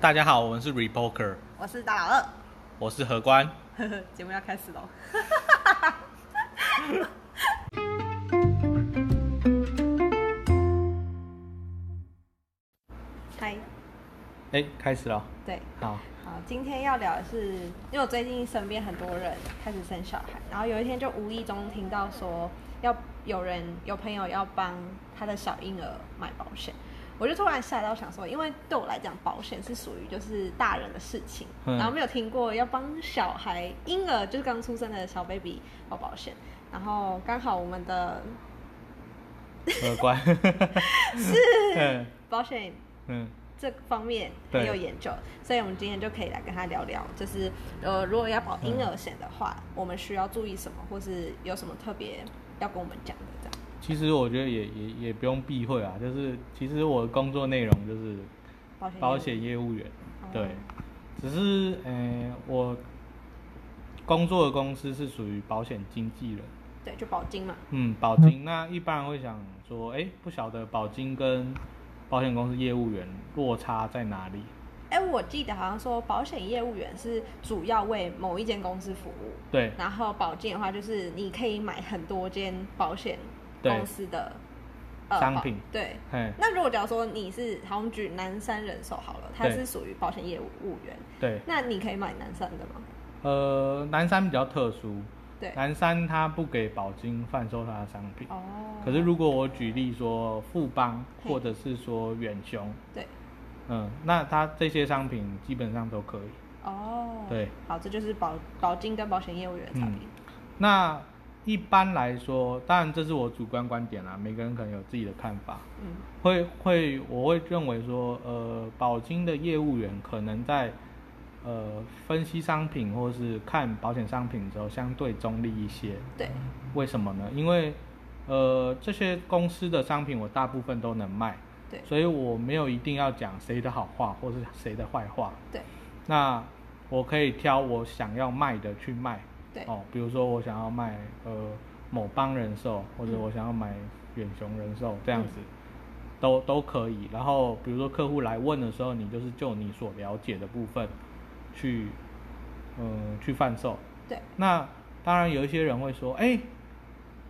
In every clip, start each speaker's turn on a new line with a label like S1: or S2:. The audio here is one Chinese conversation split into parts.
S1: 大家好，我们是 Repoker，
S2: 我是大老二
S1: 我是何官。
S2: 呵呵， 节目要开始喽。嗨，
S1: 哎、开始了，
S2: 对，
S1: 好，
S2: 好，今天要聊的是，因为我最近身边很多人开始生小孩，然后有一天就无意中听到说要有人有朋友要帮他的小婴儿买保险，我就突然吓到想说，因为对我来讲保险是属于就是大人的事情，
S1: 嗯
S2: 然后没有听过要帮小孩婴儿就是刚出生的小 baby 保保险，然后刚好我们的
S1: 何官是， 嗯
S2: 保险
S1: 嗯，
S2: 这方面很有研究，所以我们今天就可以来跟他聊聊，就是呃，如果要保婴儿险的话，我们需要注意什么，或是有什么特别要跟我们讲的这样。
S1: 其实我觉得也也也不用避讳啊，就是其实我的工作内容就是
S2: 保险
S1: 保险业务员，
S2: 哦
S1: 对，只是呃我工作的公司是属于保险经纪人，
S2: 对，就保金嘛，
S1: 嗯，保金那一般会想说，哎、不晓得保金跟保险公司业务员落差在哪里？
S2: 哎、我记得好像说保险业务员是主要为某一间公司服务，
S1: 对，
S2: 然后保金的话就是你可以买很多间保险
S1: 对
S2: 公司的呃
S1: 商
S2: 保
S1: 品
S2: 对。
S1: 嘿，
S2: 那如果假如说你是，好，我们举南山人寿好了，它
S1: 对
S2: 是属于保险业务员，
S1: 对，
S2: 那你可以买南山的吗？
S1: 呃，南山比较特殊，
S2: 对，
S1: 南山它不给保金贩售它的商品。
S2: 哦，
S1: 可是如果我举例说富邦
S2: 嘿
S1: 或者是说远雄，
S2: 对，
S1: 嗯，那它这些商品基本上都可以。
S2: 哦，
S1: 对，
S2: 好，这就是保保金跟保险业务员的差别。
S1: 那一般来说，当然这是我主观观点啦，每个人可能有自己的看法。
S2: 嗯，
S1: 会会，我会认为说，呃，保金的业务员可能在呃分析商品或是看保险商品的时候相对中立一些。
S2: 对，
S1: 为什么呢？因为呃，这些公司的商品我大部分都能卖，
S2: 对，
S1: 所以我没有一定要讲谁的好话或是谁的坏话。
S2: 对，
S1: 那我可以挑我想要卖的去卖。
S2: 对，
S1: 哦，比如说我想要卖呃某邦人寿，或者
S2: 嗯
S1: 我想要买远雄人寿这样子，都都可以。然后比如说客户来问的时候，你就是就你所了解的部分去嗯、去贩售。
S2: 对，
S1: 那当然有一些人会说，哎、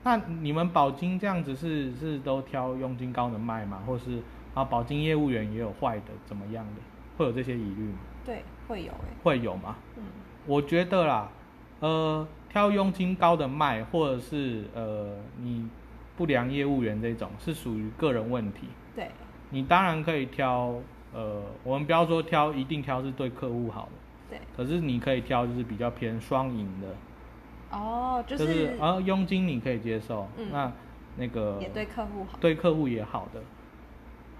S1: 那你们保金这样子是是都挑佣金高的卖吗？或是啊保金业务员也有坏的怎么样的？会有这些疑虑吗？
S2: 对，会有哎、
S1: 会有吗？
S2: 嗯，
S1: 我觉得啦，呃，挑佣金高的卖，或者是呃你不良业务员这种，是属于个人问题。
S2: 对，
S1: 你当然可以挑，呃，我们不要说挑一定挑是对客户好的，
S2: 对，
S1: 可是你可以挑就是比较偏双赢的，
S2: 哦，就是、
S1: 是呃佣金你可以接受，
S2: 嗯
S1: 那那个
S2: 也对客户好。
S1: 对客户也好的。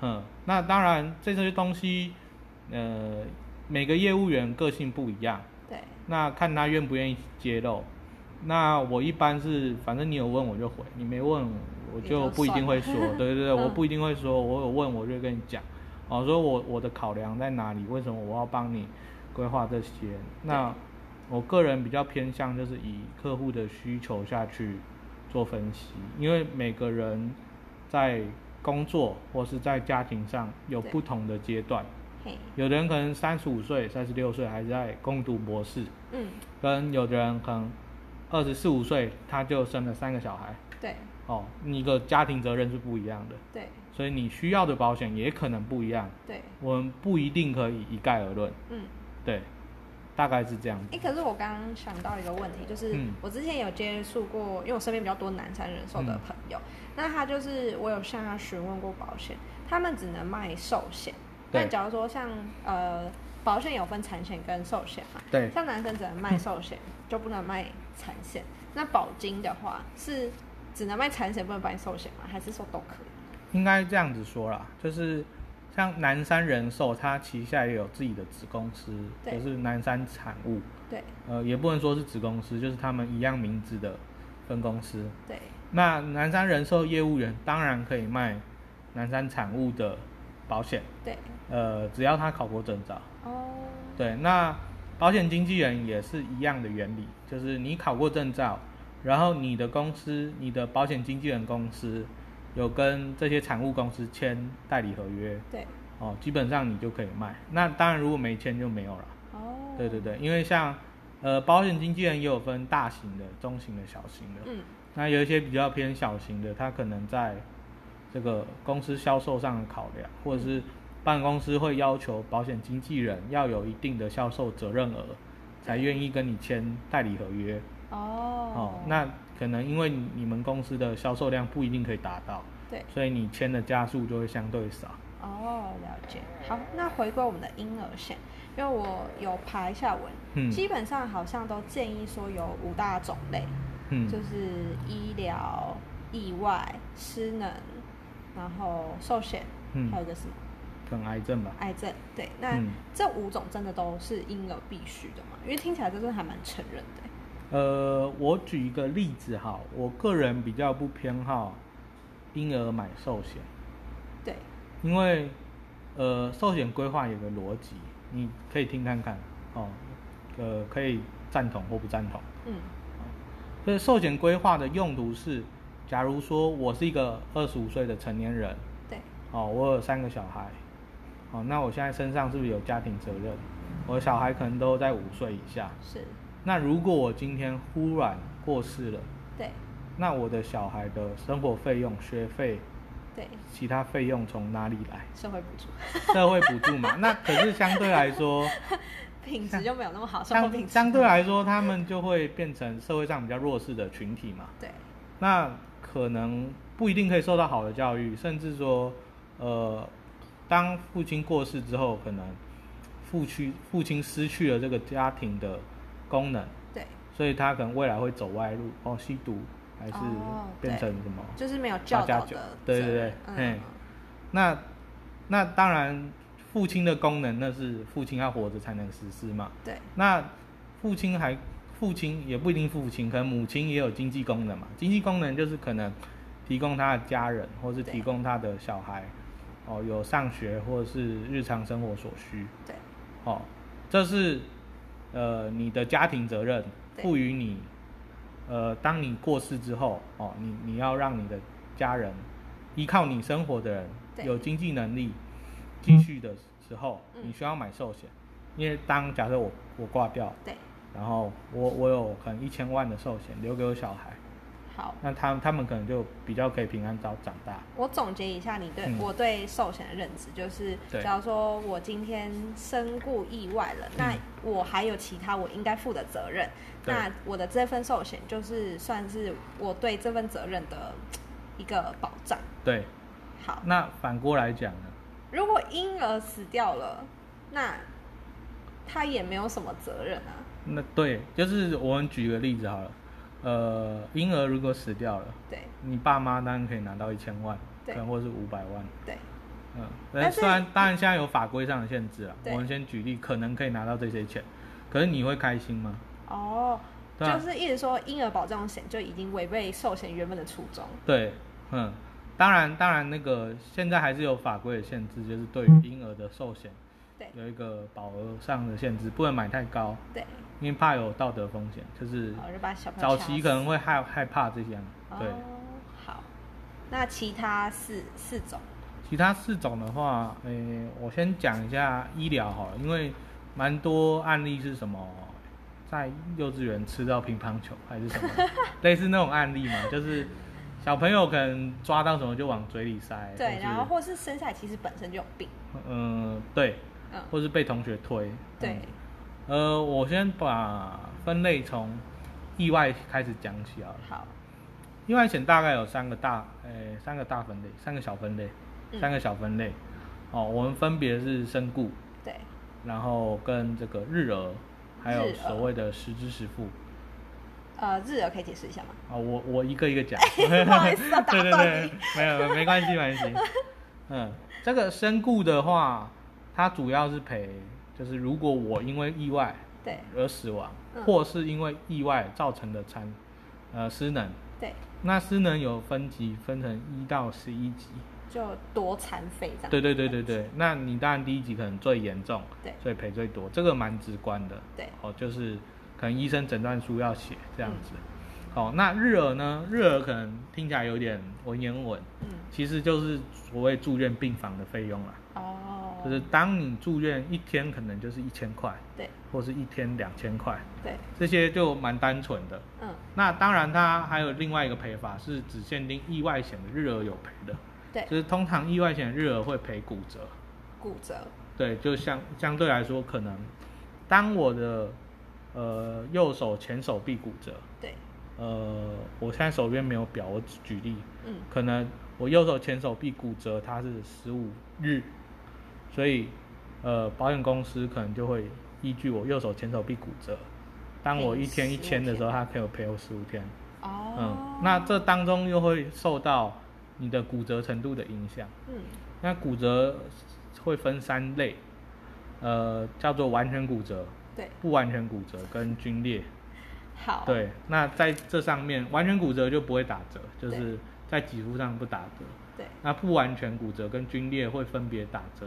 S1: 嗯，那当然这些东西，呃，每个业务员个性不一样，
S2: 对，
S1: 那看他愿不愿意揭露。那我一般是，反正你有问我就回，你没问我就不一定会说。对对对，
S2: 嗯
S1: 我不一定会说，我有问我就跟你讲。哦，说我我的考量在哪里？为什么我要帮你规划这些？那我个人比较偏向就是以客户的需求下去做分析，因为每个人在工作或是在家庭上有
S2: 对
S1: 不同的阶段，
S2: 嘿，
S1: 有的人可能三十五岁、三十六岁还在攻读博士，
S2: 嗯，
S1: 跟有的人可能二十四五岁他就生了三个小孩，
S2: 对，
S1: 哦，你的家庭责任是不一样的，
S2: 对，
S1: 所以你需要的保险也可能不一样，
S2: 对，
S1: 我们不一定可以一概而论，
S2: 嗯。
S1: 对，大概是这样
S2: 哎、
S1: 子，
S2: 可是我刚刚想到一个问题，就是
S1: 嗯
S2: 我之前有接触过，因为我身边比较多南山人寿的
S1: 嗯
S2: 朋友，那他就是我有向他询问过保险，他们只能卖寿险。
S1: 对
S2: 那假如说像呃，保险有分产险跟寿险嘛，
S1: 对
S2: 像男生只能卖寿险，就不能卖产险。那保金的话是只能卖产险，不能卖寿险吗？还是说都可以？
S1: 应该这样子说啦，就是像南山人寿，它旗下也有自己的子公司，
S2: 对
S1: 就是南山产物，
S2: 对
S1: 呃，也不能说是子公司，就是他们一样名字的分公司，
S2: 对
S1: 那南山人寿业务员当然可以卖南山产物的保险，
S2: 对，
S1: 呃，只要他考过证照。
S2: 哦，
S1: 对，那保险经纪人也是一样的原理，就是你考过证照，然后你的公司、你的保险经纪人公司有跟这些产物公司签代理合约，
S2: 对
S1: 哦，基本上你就可以卖。那当然，如果没签就没有了。
S2: 哦，
S1: 对对，对，因为像呃保险经纪人也有分大型的、中型的、小型的。
S2: 嗯，
S1: 那有一些比较偏小型的，它可能在这个公司销售上的考量，或者是办公司会要求保险经纪人要有一定的销售责任额，才愿意跟你签代理合约。
S2: 哦
S1: 哦，，那可能因为你你们公司的销售量不一定可以达到，
S2: 对，
S1: 所以你签的家数就会相对少。
S2: 哦，了解。好，那回归我们的婴儿险，因为我有爬一下文，
S1: 嗯
S2: 基本上好像都建议说有五大种类，
S1: 嗯，
S2: 就是医疗、意外、失能，然后寿险，
S1: 嗯
S2: 还有一个什么
S1: 可能癌症吧。
S2: 癌症。对，那
S1: 嗯
S2: 这五种真的都是婴儿必须的嘛？因为听起来这真的还蛮成人的欸、
S1: 呃，我举一个例子哈，我个人比较不偏好婴儿买寿险，
S2: 对，
S1: 因为呃，寿险规划有个逻辑，你可以听看看哦，呃，可以赞同或不赞同。
S2: 嗯，
S1: 所以寿险规划的用途是，假如说我是一个二十五岁的成年人，
S2: 对，
S1: 哦，我有三个小孩，哦，那我现在身上是不是有家庭责任？我的小孩可能都在五岁以下。
S2: 是，
S1: 那如果我今天忽然过世了，
S2: 对，
S1: 那我的小孩的生活费用、学费、
S2: 对，
S1: 其他费用从哪里来？
S2: 社会补助
S1: 社会补助嘛。那可是相对来说，
S2: 品质就没有那么好，生活
S1: 相
S2: 品质
S1: 相对来说，他们就会变成社会上比较弱势的群体嘛。
S2: 对，
S1: 那可能不一定可以受到好的教育，甚至说，呃，当父亲过世之后，可能父亲父亲失去了这个家庭的功能，
S2: 对，
S1: 所以他可能未来会走歪路，哦，吸毒还是
S2: 哦
S1: 变成
S2: 对
S1: 什么？
S2: 就是没有教
S1: 八加
S2: 导
S1: 九
S2: 的
S1: 对
S2: 责
S1: 对对
S2: 任
S1: 嘿
S2: 嗯，
S1: 那那当然，父亲的功能那是父亲要活着才能实施嘛。
S2: 对，
S1: 那父亲还父亲也不一定父亲，可能母亲也有经济功能嘛。经济功能就是可能提供他的家人，或是
S2: 对
S1: 提供他的小孩，哦，有上学或者是日常生活所需，
S2: 对，
S1: 哦，这是呃你的家庭责任
S2: 对
S1: 赋予你，呃，当你过世之后，哦，你你要让你的家人依靠你生活的人
S2: 对
S1: 有经济能力继续的时候，
S2: 嗯
S1: 你需要买寿险，因为当假设我我挂掉，
S2: 对，
S1: 然后我我有可能一千万的寿险留给我小孩，
S2: 好。
S1: 那他他们可能就比较可以平安早长大。
S2: 我总结一下你对、
S1: 嗯
S2: 我对寿险的认知，就是
S1: 对
S2: 假如说我今天身故意外了，那我还有其他我应该负的责任，
S1: 嗯对
S2: 那我的这份寿险就是算是我对这份责任的一个保障。
S1: 对，
S2: 好，
S1: 那反过来讲呢？
S2: 如果婴儿死掉了，那他也没有什么责任啊。
S1: 那对，就是我们举个例子好了，呃，婴儿如果死掉了，
S2: 对
S1: 你爸妈当然可以拿到一千万，可
S2: 对
S1: 能或是五百万，
S2: 对
S1: 嗯，
S2: 但
S1: 但
S2: 是
S1: 虽然当然现在有法规上的限制啊，
S2: 对
S1: 我们先举例，可能可以拿到这些钱，可是你会开心吗？
S2: 哦，
S1: 对啊
S2: 就是一直说婴儿保障险就已经违背寿险原本的初衷。
S1: 对，嗯，当然当然那个现在还是有法规的限制，就是对于婴儿的寿险
S2: 嗯对
S1: 有一个保额上的限制，不能买太高，
S2: 对，
S1: 因为怕有道德风险，就是
S2: 好，就把小朋友
S1: 早
S2: 掐
S1: 期
S2: 死
S1: 可能会害害怕这些，啊对。
S2: 哦，好，那其他四四种，
S1: 其他四种的话，诶、我先讲一下医疗好了，因为蛮多案例是什么在幼稚园吃到乒乓球还是 什么，类似那种案例嘛，就是小朋友可能抓到什么就往嘴里塞，
S2: 对，
S1: 或
S2: 然后
S1: 哎是
S2: 或是生下来其实本身就有病，
S1: 嗯、对，
S2: 嗯，
S1: 或是被同学推，
S2: 对
S1: 嗯，呃，我先把分类从意外开始讲起好了。
S2: 好，
S1: 意外险大概有三个大，诶、三个大分类，三个小分类，
S2: 嗯
S1: 三个小分类。哦，我们分别是身故，
S2: 对，
S1: 然后跟这个日额，还有
S2: 日额
S1: 所谓的实支实付。
S2: 呃，日额可以解释一下 吗？
S1: 啊、我我一个一个讲。
S2: 不好意思啊打
S1: 对对
S2: 断
S1: 对
S2: 你，
S1: 没有没关系没关系。嗯，这个身故的话，它主要是赔，就是如果我因为意外
S2: 对
S1: 而死亡，
S2: 嗯
S1: 或是因为意外造成的残呃失能。
S2: 对，
S1: 那失能有分级，分成一到十一级。
S2: 就多残废这样，
S1: 对对对对对，那你当然第一级可能最严重，
S2: 对
S1: 所以赔最多，这个蛮直观的。
S2: 对嗯
S1: 哦，就是可能医生诊断书要写这样子。好，那日额呢？日额可能听起来有点文言文，
S2: 嗯，
S1: 其实就是所谓住院病房的费用啦。
S2: 哦，
S1: 就是当你住院一天，可能就是一千块，
S2: 对
S1: 或是一天两千块，
S2: 对，
S1: 这些就蛮单纯的。
S2: 嗯，
S1: 那当然，它还有另外一个赔法是只限定意外险的日额有赔的，
S2: 对，
S1: 就是通常意外险日额会赔骨折。
S2: 骨折，
S1: 对，就相相对来说，可能当我的呃右手前手臂骨折，
S2: 对，
S1: 呃，我现在手边没有表，我只举例，
S2: 嗯，
S1: 可能我右手前手臂骨折，它是十五日，所以呃，保险公司可能就会依据我右手前手臂骨折，当我
S2: 赔
S1: 一天一
S2: 15
S1: 千的时候，
S2: 天
S1: 它可以赔我十五天。
S2: 哦，
S1: 嗯，那这当中又会受到你的骨折程度的影响。
S2: 嗯，
S1: 那骨折会分三类，呃，叫做完全骨折、
S2: 对，
S1: 不完全骨折跟皲裂。
S2: 好，，
S1: 对，那在这上面，完全骨折就不会打折，就
S2: 对
S1: 是在给付上不打折。
S2: 对，
S1: 那不完全骨折跟皲裂会分别打折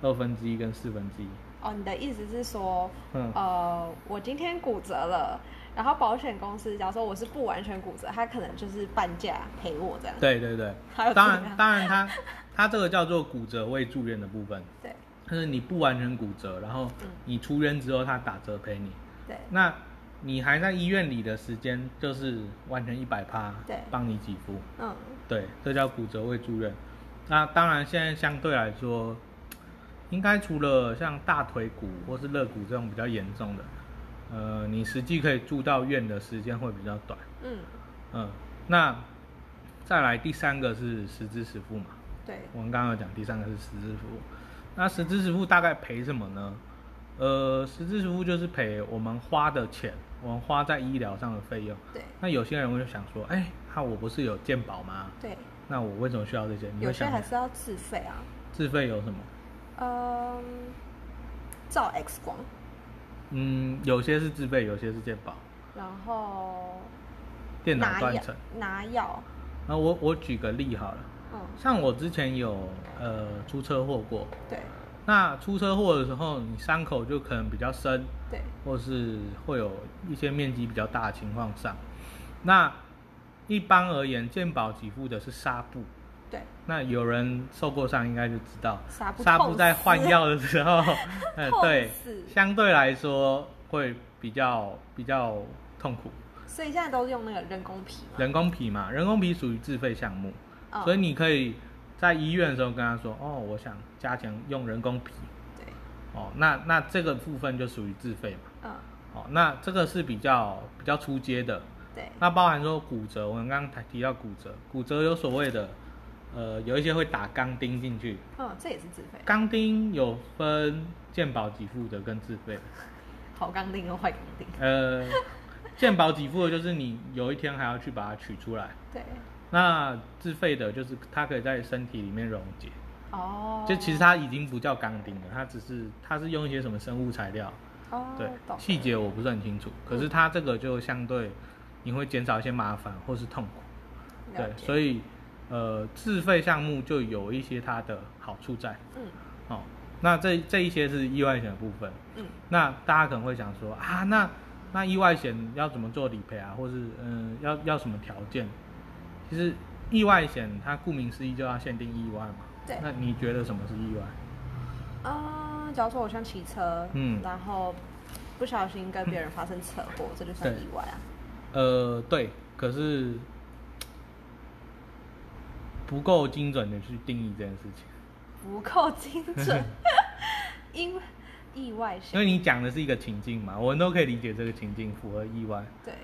S1: 二分之一跟四分之一。
S2: 哦，你的意思是说，
S1: 嗯
S2: 呃，我今天骨折了，然后保险公司假如说我是不完全骨折，他可能就是半价赔我这样，
S1: 对对对
S2: 还有，
S1: 当
S2: 这
S1: 然
S2: 个
S1: 当然它它这个叫做骨折未住院的部分。
S2: 对
S1: 就是你不完全骨折，然后
S2: 嗯
S1: 你出院之后他打折赔你，
S2: 对
S1: 那你还在医院里的时间就是完全一百趴，
S2: 对
S1: 帮你给付，
S2: 嗯，
S1: 对，这叫骨折未住院。那当然现在相对来说，应该除了像大腿骨或是肋骨这种比较严重的，呃，你实际可以住到院的时间会比较短，
S2: 嗯，
S1: 嗯，那再来第三个是实支实付嘛，
S2: 对，
S1: 我们刚刚有讲第三个是实支实付，那实支实付大概赔什么呢？呃，实支实付就是赔我们花的钱，我们花在医疗上的费用。
S2: 对，
S1: 那有些人会想说，哎，那、我不是有健保吗？
S2: 对，
S1: 那我为什么需要这些？你
S2: 有
S1: 会
S2: 些
S1: 想
S2: 还是要自费啊，
S1: 自费有什么？
S2: 嗯，照 X 光，
S1: 嗯，有些是自费，有些是健保，
S2: 然后
S1: 电脑
S2: 拿
S1: 断
S2: 药
S1: 层。
S2: 拿药，
S1: 那我我举个例好了，
S2: 嗯，
S1: 像我之前有呃出车祸过，
S2: 对
S1: 那出车祸的时候，你伤口就可能比较深，
S2: 对
S1: 或是会有一些面积比较大的情况上，那一般而言，健保给付的是纱布。
S2: 对，
S1: 那有人受过伤，应该就知道
S2: 纱布
S1: 纱
S2: 痛
S1: 布
S2: 死
S1: 在换药的时 候，嗯，
S2: 痛
S1: 对
S2: 死，
S1: 相对来说会比较比较痛苦。
S2: 所以现在都是用那个人工皮嘛，
S1: 人工皮嘛，人工皮属于自费项目，
S2: 嗯
S1: 所以你可以在医院的时候跟他说，哦，我想加强用人工皮，
S2: 对，
S1: 哦，那那这个部分就属于自费嘛。
S2: 嗯，
S1: 哦，那这个是比较比较出街的。
S2: 对
S1: 那包含说骨折，我们刚刚提到骨折，骨折有所谓的，呃，有一些会打钢钉进去，
S2: 嗯，这也是自费，
S1: 钢钉有分健保给付的跟自费的。
S2: 好钢钉跟坏钢钉，
S1: 呃，健保给付的就是你有一天还要去把它取出来，
S2: 对，
S1: 那自费的就是它可以在身体里面溶解，
S2: 哦，
S1: 就其实它已经不叫钢钉了，它只是它是用一些什么生物材料，
S2: 哦，
S1: 对，
S2: 懂嗯
S1: 细节我不是很清楚，可是它这个就相对你会减少一些麻烦或是痛苦，对，所
S2: 以
S1: 以呃自费项目就有一些它的好处在，
S2: 嗯
S1: 哦，那这这一些是意外险的部分，
S2: 嗯
S1: 那大家可能会想说啊，那那意外险要怎么做理赔啊，或是嗯、要要什么条件？其实意外险它顾名思义就要限定意外嘛，
S2: 对
S1: 那你觉得什么是意外？
S2: 啊，假如说我像骑车，
S1: 嗯
S2: 然后不小心跟别人发生车祸，这就算
S1: 对
S2: 意外啊，
S1: 呃，对，可是不够精准的去定义这件事情，
S2: 不够精准， 因意外
S1: 因
S2: 险，
S1: 为你讲的是一个情境嘛，我们都可以理解这个情境符合意外，
S2: 对，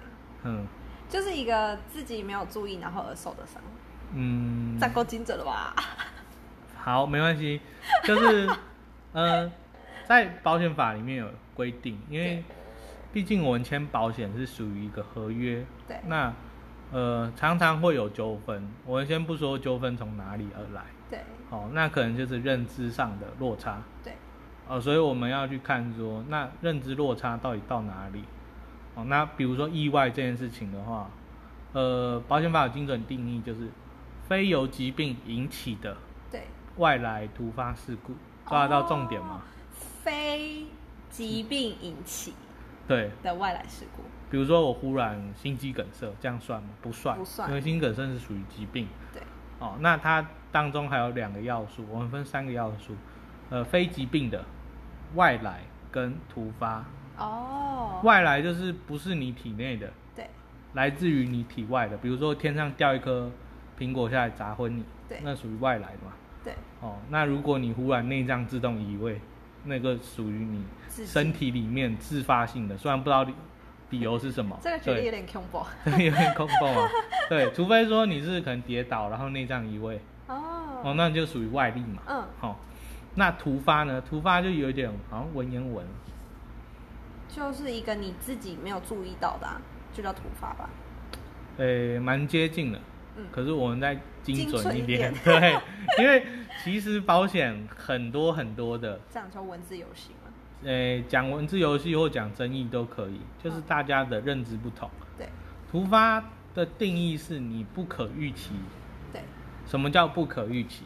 S1: 嗯
S2: 就是一个自己没有注意然后而受的伤，
S1: 嗯
S2: 这，样够精准了吧？
S1: 好，没关系，就是呃，在保险法里面有规定，因为
S2: 对
S1: 毕竟我们签保险是属于一个合约，
S2: 对
S1: 那呃常常会有纠纷，我们先不说纠纷从哪里而来，
S2: 对
S1: 哦，那可能就是认知上的落差。
S2: 对
S1: 哦，所以我们要去看说，那认知落差到底到哪里？哦，那比如说意外这件事情的话，呃，保险法有精准定义，就是非由疾病引起的
S2: 对，
S1: 外来突发
S2: 哦
S1: 事故，抓得到重点吗？
S2: 哦？非疾病引起，
S1: 对，
S2: 的外来事故。
S1: 比如说我忽然心肌梗塞，这样算吗？不算，
S2: 不算
S1: 因为心肌梗塞是属于疾病。
S2: 对，
S1: 哦，那它当中还有两个要素，我们分三个要素，呃，非疾病的、外来跟突发。
S2: 哦，
S1: 外来就是不是你体内的，
S2: 对，
S1: 来自于你体外的，比如说天上掉一颗苹果下来砸昏你，
S2: 对
S1: 那属于外来的嘛。
S2: 对，
S1: 哦，那如果你忽然内脏自动移位，那个属于你
S2: 自己
S1: 身体里面自发性的，虽然不知道理理由是什么，
S2: 这个举例有点恐怖。
S1: 对， 有点恐怖啊。对，除非说你是可能跌倒，然后内脏移位，
S2: 哦，
S1: 哦，那就属于外力嘛。
S2: 嗯，
S1: 好、那突发呢？突发就有点好像文言文，
S2: 就是一个你自己没有注意到的、啊，就叫突发吧。
S1: 呃，蛮接近的。
S2: 嗯
S1: 可是我们再精
S2: 精
S1: 准
S2: 准
S1: 一
S2: 一
S1: 点，
S2: 点
S1: 对，因为其实保险很多很多的，
S2: 这样叫文字游戏嘛？
S1: 呃，讲文字游戏或讲争议都可以，就是
S2: 嗯
S1: 大家的认知不同。
S2: 对，
S1: 突发的定义是你不可预期。
S2: 对，
S1: 什么叫不可预期？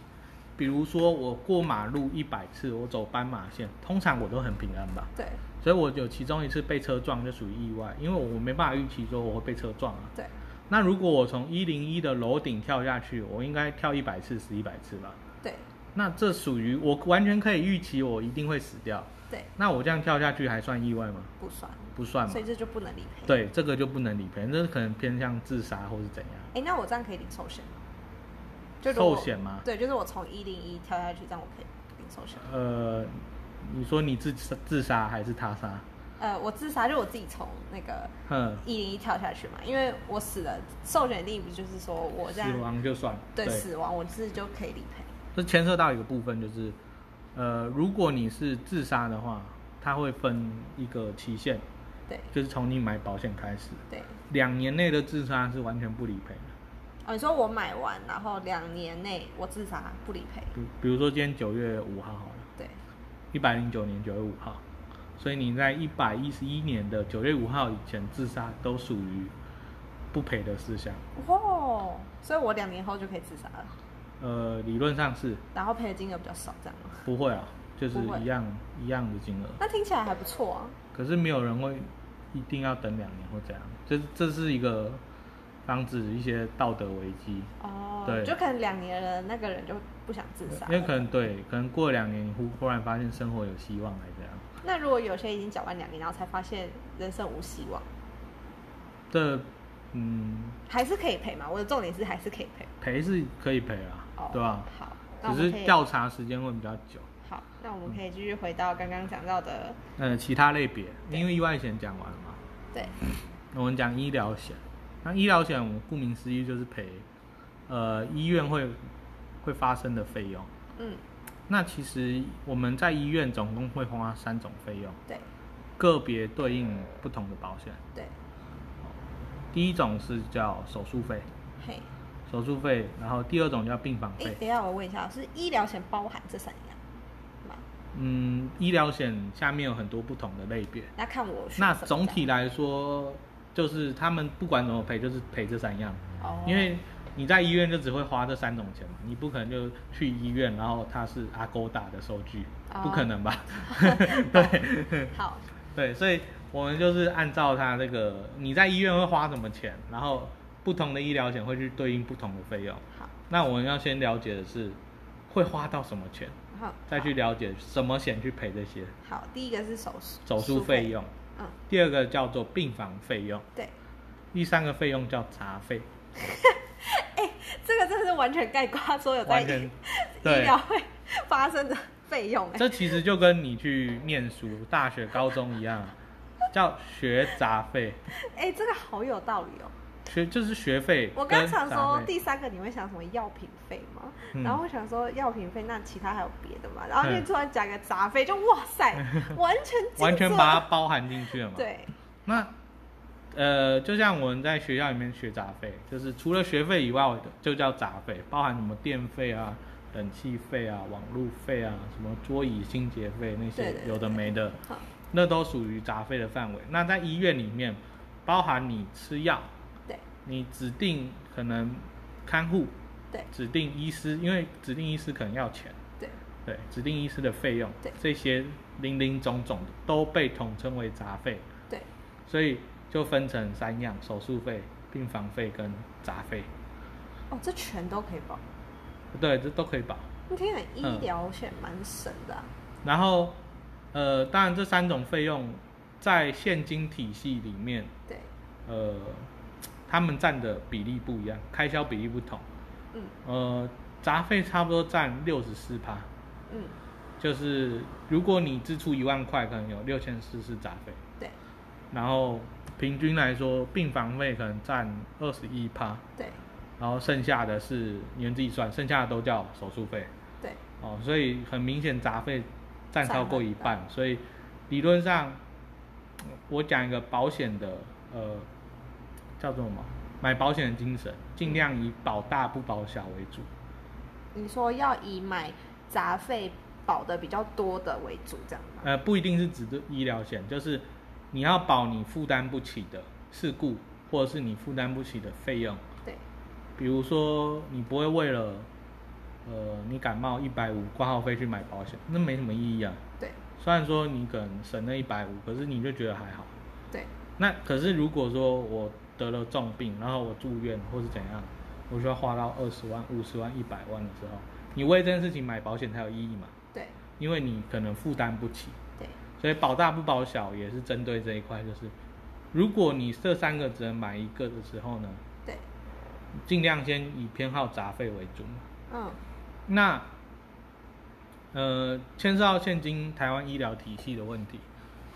S1: 比如说我过马路一百次，我走斑马线，通常我都很平安吧。
S2: 对，
S1: 所以我有其中一次被车撞就属于意外，因为我没办法预期说我会被车撞啊。
S2: 对，
S1: 那如果我从一零一的楼顶跳下去，我应该跳一百次死一百次吧？
S2: 对，
S1: 那这属于我完全可以预期我一定会死掉。
S2: 对，
S1: 那我这样跳下去还算意外吗？
S2: 不算，
S1: 不算嘛
S2: 所。以这就不能理赔。，
S1: 对，这个就不能理赔，这可能偏向自杀或是怎样。
S2: 哎，那我这样可以领寿险吗？就如果
S1: 寿险吗
S2: 对，就是我从一零一跳下去，这样我可以领寿险吗。
S1: 呃，你说你自自杀还是他杀？
S2: 呃，我自杀就我自己从那个
S1: 哼，
S2: 一零一跳下去嘛，因为我死了，寿险定义不就是说我这
S1: 死
S2: 样
S1: 亡就算了。
S2: 对死亡，我是就可以理赔。
S1: 这牵涉到一个部分，就是，呃，如果你是自杀的话，它会分一个期限，
S2: 对
S1: 就是从你买保险开始，
S2: 对，
S1: 两年内的自杀是完全不理赔的。
S2: 哦，你说我买完，然后两年内我自杀不理赔，
S1: 比比如说今天九月五号好了，
S2: 对
S1: 一百零九年九月五号，所以你在一百一十一年的九月五号以前自杀都属于不赔的事项。
S2: 哇，哦所以我两年后就可以自杀了，
S1: 呃，理论上是
S2: 然后赔的金额比较少，这样吗？
S1: 不会啊，就是
S2: 不会
S1: 一样一样的金额。
S2: 那听起来还不错啊。
S1: 可是没有人会一定要等两年或怎样，这这是一个防止一些道德危机，
S2: 哦，
S1: 对
S2: 就可能两年了，那个人就不想自杀
S1: 因为
S2: 了。
S1: 可能对，可能过两年你忽忽然发现生活有希望还是怎样，
S2: 那如果有些已经缴完两年，然后才发现人生无希望，
S1: 这嗯
S2: 还是可以赔嘛？我的重点是还是可以赔。
S1: 赔是可以赔啦，
S2: 哦，
S1: 对吧？
S2: 好，那我
S1: 只
S2: 们可
S1: 是
S2: 以
S1: 调查时间会比较久。
S2: 好，那我们可以继续回到刚刚讲到的，
S1: 呃，其他类别，因为意外险讲完了嘛，
S2: 对
S1: 我们讲医疗险。那医疗险，我们顾名思义就是赔，呃，医院会会发生的费用。
S2: 嗯，
S1: 那其实我们在医院总共会花三种费用，
S2: 对
S1: 个别对应不同的保险。
S2: 对，
S1: 第一种是叫手术费，
S2: 嘿，
S1: 手术费，然后第二种叫病房
S2: 诶，
S1: 费
S2: 等。一下我问一下，是医疗险包含这三样吗？
S1: 嗯，医疗险下面有很多不同的类别，
S2: 那看我选
S1: 那
S2: 什么
S1: 总
S2: 这
S1: 体来说，就是他们不管怎么赔，就是赔这三样，
S2: 样哦，
S1: 因为。你在医院就只会花这三种钱嘛，你不可能就去医院，然后它是阿勾达的收据，不可能吧？对，
S2: 好，
S1: 对，所以我们就是按照它这个你在医院会花什么钱，然后不同的医疗险会去对应不同的费用。
S2: 好，
S1: 那我们要先了解的是会花到什么钱，
S2: 好，
S1: 再去了解什么险去赔这些
S2: 好，第一个是手术
S1: 手术费，用。
S2: 嗯，
S1: 第二个叫做病房费用，
S2: 对，
S1: 第三个费用叫茶费，
S2: 这个真的是完全概括所有在
S1: 完
S2: 医
S1: 全
S2: 医
S1: 对。
S2: 疗会发生的费用，哎，
S1: 这其实就跟你去念书、大学、高中一样，叫学杂费，
S2: 哎，这个好有道理哦。
S1: 学就是学费跟杂费。
S2: 我刚想说第三个你会想什么药品费吗？
S1: 嗯
S2: 然后我想说药品费，那其他还有别的吗？然后
S1: 嗯
S2: 就突然讲个杂费，就哇 塞，完全精
S1: 完全
S2: 准
S1: 把它包含进去了嘛？
S2: 对
S1: 那呃，就像我们在学校里面学杂费，就是除了学费以外，就叫杂费，包含什么电费啊、冷气费啊、网路费啊、什么桌椅清洁费那
S2: 对
S1: 些
S2: 对对
S1: 有的没的，
S2: 好
S1: 那都属于杂费的范围。那在医院里面，包含你吃药，
S2: 对
S1: 你指定可能看护，
S2: 对
S1: 指定医师，因为指定医师可能要钱。
S2: 对
S1: 对，指定医师的费用
S2: 对，
S1: 这些零零总总的都被统称为杂费。
S2: 对
S1: 所以就分成三样：手术费、病房费跟杂费。
S2: 哦，这全都可以保。
S1: 对，这都可以保。
S2: 那天很医疗险蛮省的啊、
S1: 然后，呃，当然这三种费用在现金体系里面，
S2: 对，
S1: 呃，他们占的比例不一样，开销比例不同。
S2: 嗯
S1: 呃，杂费差不多占六十四趴，
S2: 嗯，
S1: 就是如果你支出一万块，可能有六千四是杂费，
S2: 对
S1: 然后平均来说，病房费可能占二十一趴，
S2: 对
S1: 然后剩下的是你们自己算，剩下的都叫手术费
S2: 对，
S1: 哦，所以很明显杂费占超过一
S2: 占
S1: 半，所以理论上，呃我讲一个保险的呃叫做什么？买保险的精神，尽量以保大不保小为主。
S2: 你说要以买杂费保的比较多的为主，这样吗？
S1: 呃，不一定是指的医疗险，就是你要保你负担不起的事故，或者是你负担不起的费用。
S2: 对，
S1: 比如说，你不会为了呃你感冒一百五挂号费去买保险，那没什么意义啊。
S2: 对，
S1: 虽然说你可能省了一百五，可是你就觉得还好。
S2: 对，
S1: 那可是如果说我得了重病，然后我住院或是怎样，我需要花到二十万、五十万、一百万的时候，你为这件事情买保险才有意义嘛？
S2: 对，
S1: 因为你可能负担不起。
S2: 对，
S1: 所以保大不保小也是针对这一块，就是如果你这三个只能买一个的时候呢，
S2: 对，
S1: 尽量先以偏好杂费为主。
S2: 嗯，
S1: 那呃，牵涉到现今台湾医疗体系的问题，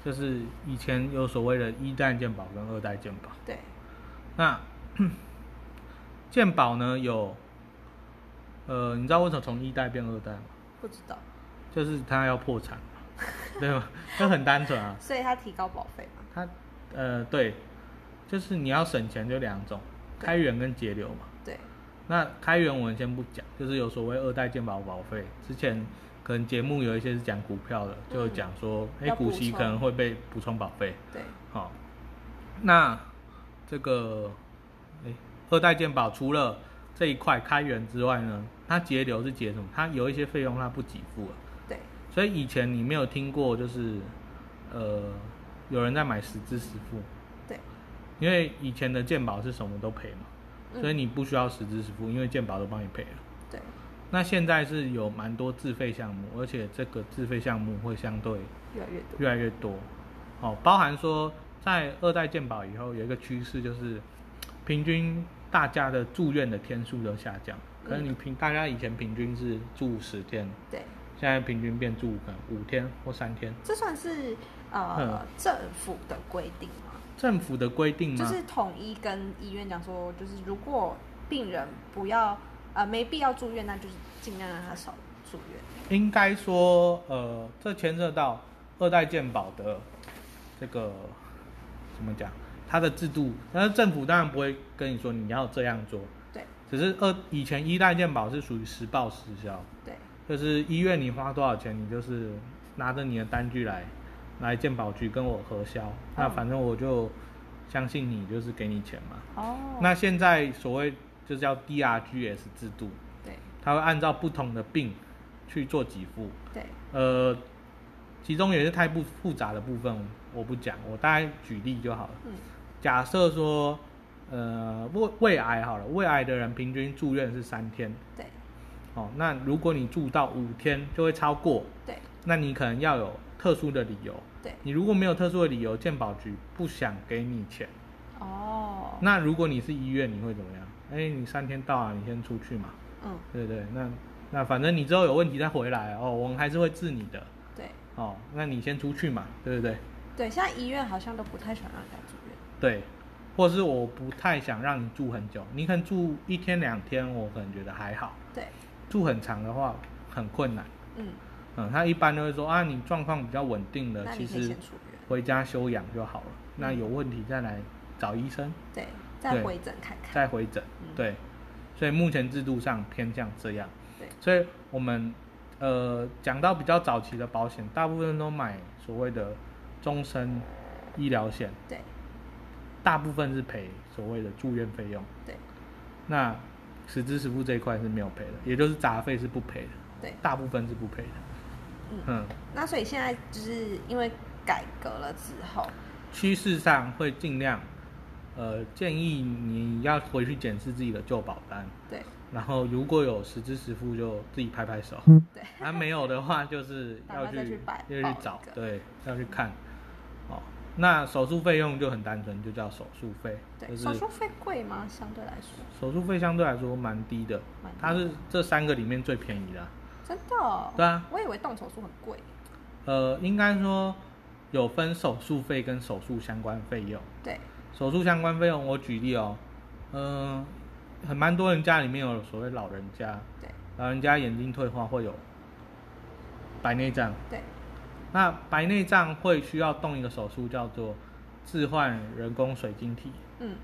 S1: 就是以前有所谓的一代健保跟二代健保。
S2: 对，
S1: 那健保呢有，呃，你知道为什么从一代变二代吗？
S2: 不知道，
S1: 就是它要破产嘛，对吗？这很单纯啊。
S2: 所以他提高保费嘛，
S1: 它呃对，就是你要省钱就两种，
S2: 对
S1: 开源跟节流嘛。
S2: 对，
S1: 那开源我们先不讲，就是有所谓二代健保保费，之前可能节目有一些是讲股票的，就有讲说，哎、
S2: 要
S1: 股息
S2: 补充
S1: 可能会被补充保费。
S2: 对，
S1: 好、那这个哎二代健保除了这一块开源之外呢，它节流是节什么？它有一些费用它不给付了。啊
S2: 对，
S1: 所以以前你没有听过，就是呃，有人在买实支实付，
S2: 对，
S1: 因为以前的健保是什么都赔嘛，
S2: 嗯
S1: 所以你不需要实支实付，因为健保都帮你赔了。
S2: 对，
S1: 那现在是有蛮多自费项目，而且这个自费项目会相对
S2: 越来越多，
S1: 越来越多，哦，包含说在二代健保以后有一个趋势就是，平均大家的住院的天数都下降，可能你平大家以前平均是住十天，
S2: 对，
S1: 现在平均变住可能五天或三天，
S2: 这算是
S1: 嗯
S2: 呃政府的规定吗？
S1: 政府的规定
S2: 就
S1: 吗？
S2: 是统一跟医院讲说，就是如果病人不要呃没必要住院，那就是尽量让他少住院。
S1: 应该说，呃，这牵涉到二代健保的这个怎么讲，它的制度，但是政府当然不会跟你说你要这样做，
S2: 对
S1: 只是二以前一代健保是属于实报实销，
S2: 对
S1: 就是医院你花多少钱，你就是拿着你的单据来来健保局跟我核销，那反正我就相信你，就是给你钱嘛。
S2: 哦
S1: 那现在所谓就是叫 DRGs 制度，
S2: 对
S1: 它会按照不同的病去做给付，
S2: 对
S1: 呃，其中有些太不复杂的部分我不讲，我大概举例就好了。
S2: 嗯
S1: 假设说，呃，胃胃癌好了，胃癌的人平均住院是三天，
S2: 对
S1: 哦，那如果你住到五天就会超过，
S2: 对
S1: 那你可能要有特殊的理由。
S2: 对
S1: 你如果没有特殊的理由，健保局不想给你钱。
S2: 哦
S1: 那如果你是医院，你会怎么样？哎，你三天到了，你先出去嘛，
S2: 嗯
S1: 对不对？那那反正你之后有问题再回来哦，我们还是会治你的。
S2: 对
S1: 哦，那你先出去嘛，对不对？
S2: 对，现在医院好像都不太喜欢让人家住院。
S1: 对，或是我不太想让你住很久，你可能住一天两天，我可能觉得还好，
S2: 对
S1: 住很长的话很困难。
S2: 嗯，
S1: 嗯，他一般都会说啊，你状况比较稳定了
S2: 那，
S1: 其
S2: 你可以
S1: 实
S2: 先出院。
S1: 回家休养就好了。那
S2: 嗯
S1: 有问题再来找医生，
S2: 对，再
S1: 对
S2: 回诊看看。
S1: 再回诊。
S2: 嗯
S1: 对，所以目前制度上偏向这样。
S2: 对
S1: 所以我们呃讲到比较早期的保险，大部分都买所谓的终身医疗险。
S2: 对
S1: 大部分是赔所谓的住院费用，
S2: 对
S1: 那实支实付这一块是没有赔的，也就是杂费是不赔的，
S2: 对，
S1: 大部分是不赔的。
S2: 嗯
S1: 嗯，
S2: 那所以现在就是因为改革了之后，
S1: 趋势上会尽量，呃，建议你要回去检视自己的旧保单，
S2: 对
S1: 然后如果有实支实付就自己拍拍手，
S2: 对，
S1: 啊没有的话 就是
S2: 赶
S1: 要
S2: 快再去摆
S1: 要
S2: 报
S1: 去
S2: 一
S1: 找
S2: 个，
S1: 对，要去看，哦，那手术费用就很单纯，就叫手术费，
S2: 对，
S1: 就是
S2: 手术费贵吗？相对来说，
S1: 手术费相对来说蛮低的
S2: 蛮低，
S1: 它是这三个里面最便宜的啊、
S2: 真的、哦？
S1: 对啊，
S2: 我以为动手术很贵。
S1: 呃，应该说有分手术费跟手术相关费用。
S2: 对，
S1: 手术相关费用，我举例哦，嗯、很蛮多人家里面有所谓老人家，
S2: 对，
S1: 老人家眼睛退化会有白内障，
S2: 对，
S1: 那白内障会需要动一个手术，叫做置换人工水晶体。
S2: 嗯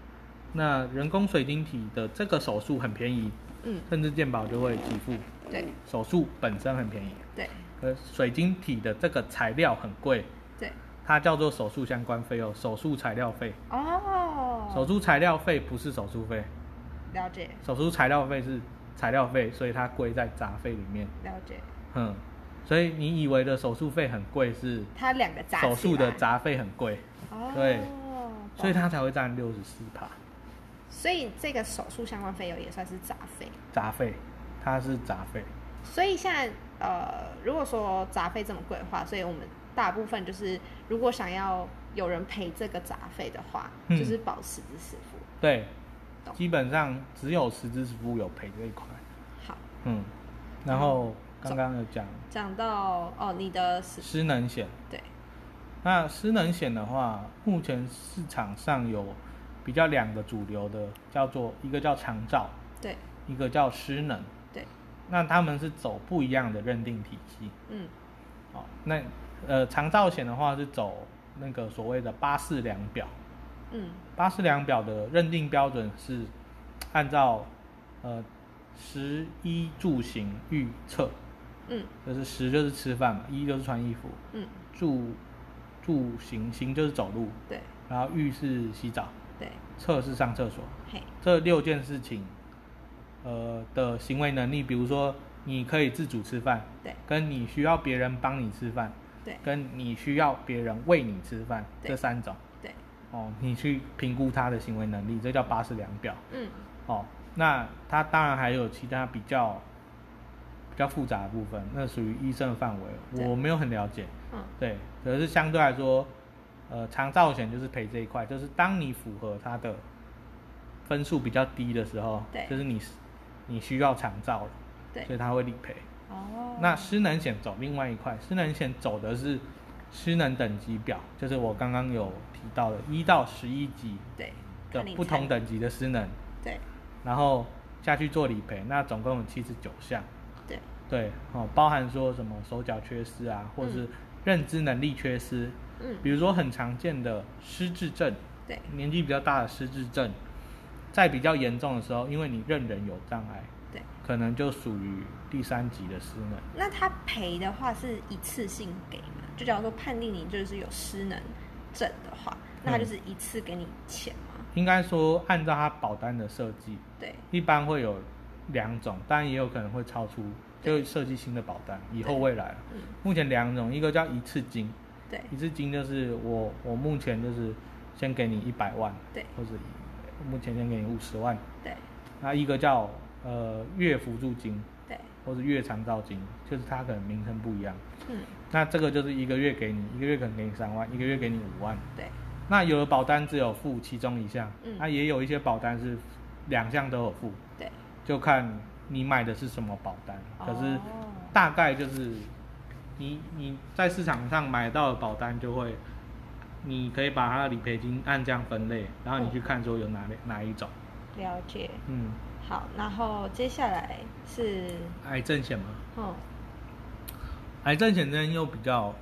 S1: 那人工水晶体的这个手术很便宜，
S2: 嗯，
S1: 甚至健保就会给付。
S2: 对
S1: 手术本身很便宜，
S2: 对
S1: 呃，水晶体的这个材料很贵，
S2: 对，
S1: 它叫做手术相关费用，手术材料费。手
S2: 哦，
S1: 术材料费不是手术费，
S2: 了解
S1: 手术材料费是材料费，所以它归在杂费里面。
S2: 了解，
S1: 嗯，所以你以为的手术费很贵是
S2: 它两个杂
S1: 手术的
S2: 杂，
S1: 杂费很贵，
S2: 哦，
S1: 对
S2: 懂，
S1: 所以它才会占六十四趴
S2: 所以这个手术相关费用也算是杂费。
S1: 杂费，它是杂费。
S2: 所以现在呃，如果说杂费这么贵的话，所以我们大部分就是如果想要有人赔这个杂费的话，
S1: 嗯
S2: 就是保实支实付。
S1: 对，
S2: 懂
S1: 基本上只有实支实付有赔这一块。
S2: 好，
S1: 嗯，然
S2: 嗯
S1: 后刚刚有讲
S2: 讲到哦，你的实
S1: 失能险，
S2: 对
S1: 那失能险的话，目前市场上有比较两个主流的，叫做一个叫长照，
S2: 对
S1: 一个叫失能。
S2: 对，
S1: 那他们是走不一样的认定体系。
S2: 嗯
S1: 哦，那呃长照险的话是走那个所谓的八四量表，
S2: 嗯
S1: 八四量表的认定标准是按照呃食衣住行预测，
S2: 嗯
S1: 就是食就是吃饭嘛，衣就是穿衣服，
S2: 嗯，
S1: 住住行行就是走路，
S2: 对
S1: 然后浴是洗澡，
S2: 对，
S1: 厕是上厕所，
S2: 嘿，
S1: 这六件事情，呃的行为能力，比如说你可以自主吃饭，
S2: 对
S1: 跟你需要别人帮你吃饭，
S2: 对
S1: 跟你需要别人喂你吃饭，
S2: 对
S1: 这三种
S2: 对，
S1: 哦，你去评估他的行为能力，这叫八十量表
S2: 嗯
S1: 哦。那他当然还有其他比较比较复杂的部分，那属于医生的范围，
S2: 对
S1: 我没有很了解。
S2: 嗯
S1: 对，可是相对来说，呃，长照险就是赔这一块，就是当你符合它的分数比较低的时候，
S2: 对
S1: 就是你你需要长照了，
S2: 对
S1: 所以它会理赔。
S2: 哦，
S1: 那失能险走另外一块，失能险走的是失能等级表，就是我刚刚有提到的一到十一级
S2: 对
S1: 的
S2: 看你
S1: 不同
S2: 猜
S1: 等级的失能，
S2: 对
S1: 然后下去做理赔，那总共有七十九项。
S2: 对
S1: 对，哦，包含说什么手脚缺失啊，或者是
S2: 嗯
S1: 认知能力缺失，
S2: 嗯
S1: 比如说很常见的失智症，
S2: 对
S1: 年纪比较大的失智症，在比较严重的时候，因为你认人有障碍，
S2: 对，
S1: 可能就属于第三级的失能。
S2: 那他赔的话是一次性给吗？就假如说判定你就是有失能症的话，那他就是一次给你钱吗？
S1: 应该说，按照它保单的设计，
S2: 对
S1: 一般会有两种，但也有可能会超出，
S2: 对
S1: 就设计新的保单，以后
S2: 对
S1: 未来了
S2: 嗯
S1: 目前两种，一个叫一次金，
S2: 对
S1: 一次金就是我我目前就是先给你一百万，
S2: 对
S1: 或者目前先给你五十万，
S2: 对
S1: 那一个叫呃月辅助金
S2: 对，
S1: 或者月长照金，就是它可能名称不一样。
S2: 嗯
S1: 那这个就是一个月给你，一个月可能给你三万，一个月给你五万。
S2: 对
S1: 那有的保单只有付其中一项，
S2: 嗯
S1: 那、也有一些保单是两项都有付，
S2: 对
S1: 就看你买的是什么保单。可是
S2: 哦
S1: 大概就是你你在市场上买到的保单就会，你可以把它的理赔金按这样分类，然后你去
S2: 哦
S1: 看说有哪类哪一种。
S2: 了解。
S1: 嗯，
S2: 好，然后接下来是
S1: 癌症险嘛，
S2: 嗯
S1: 癌症险这边又比较，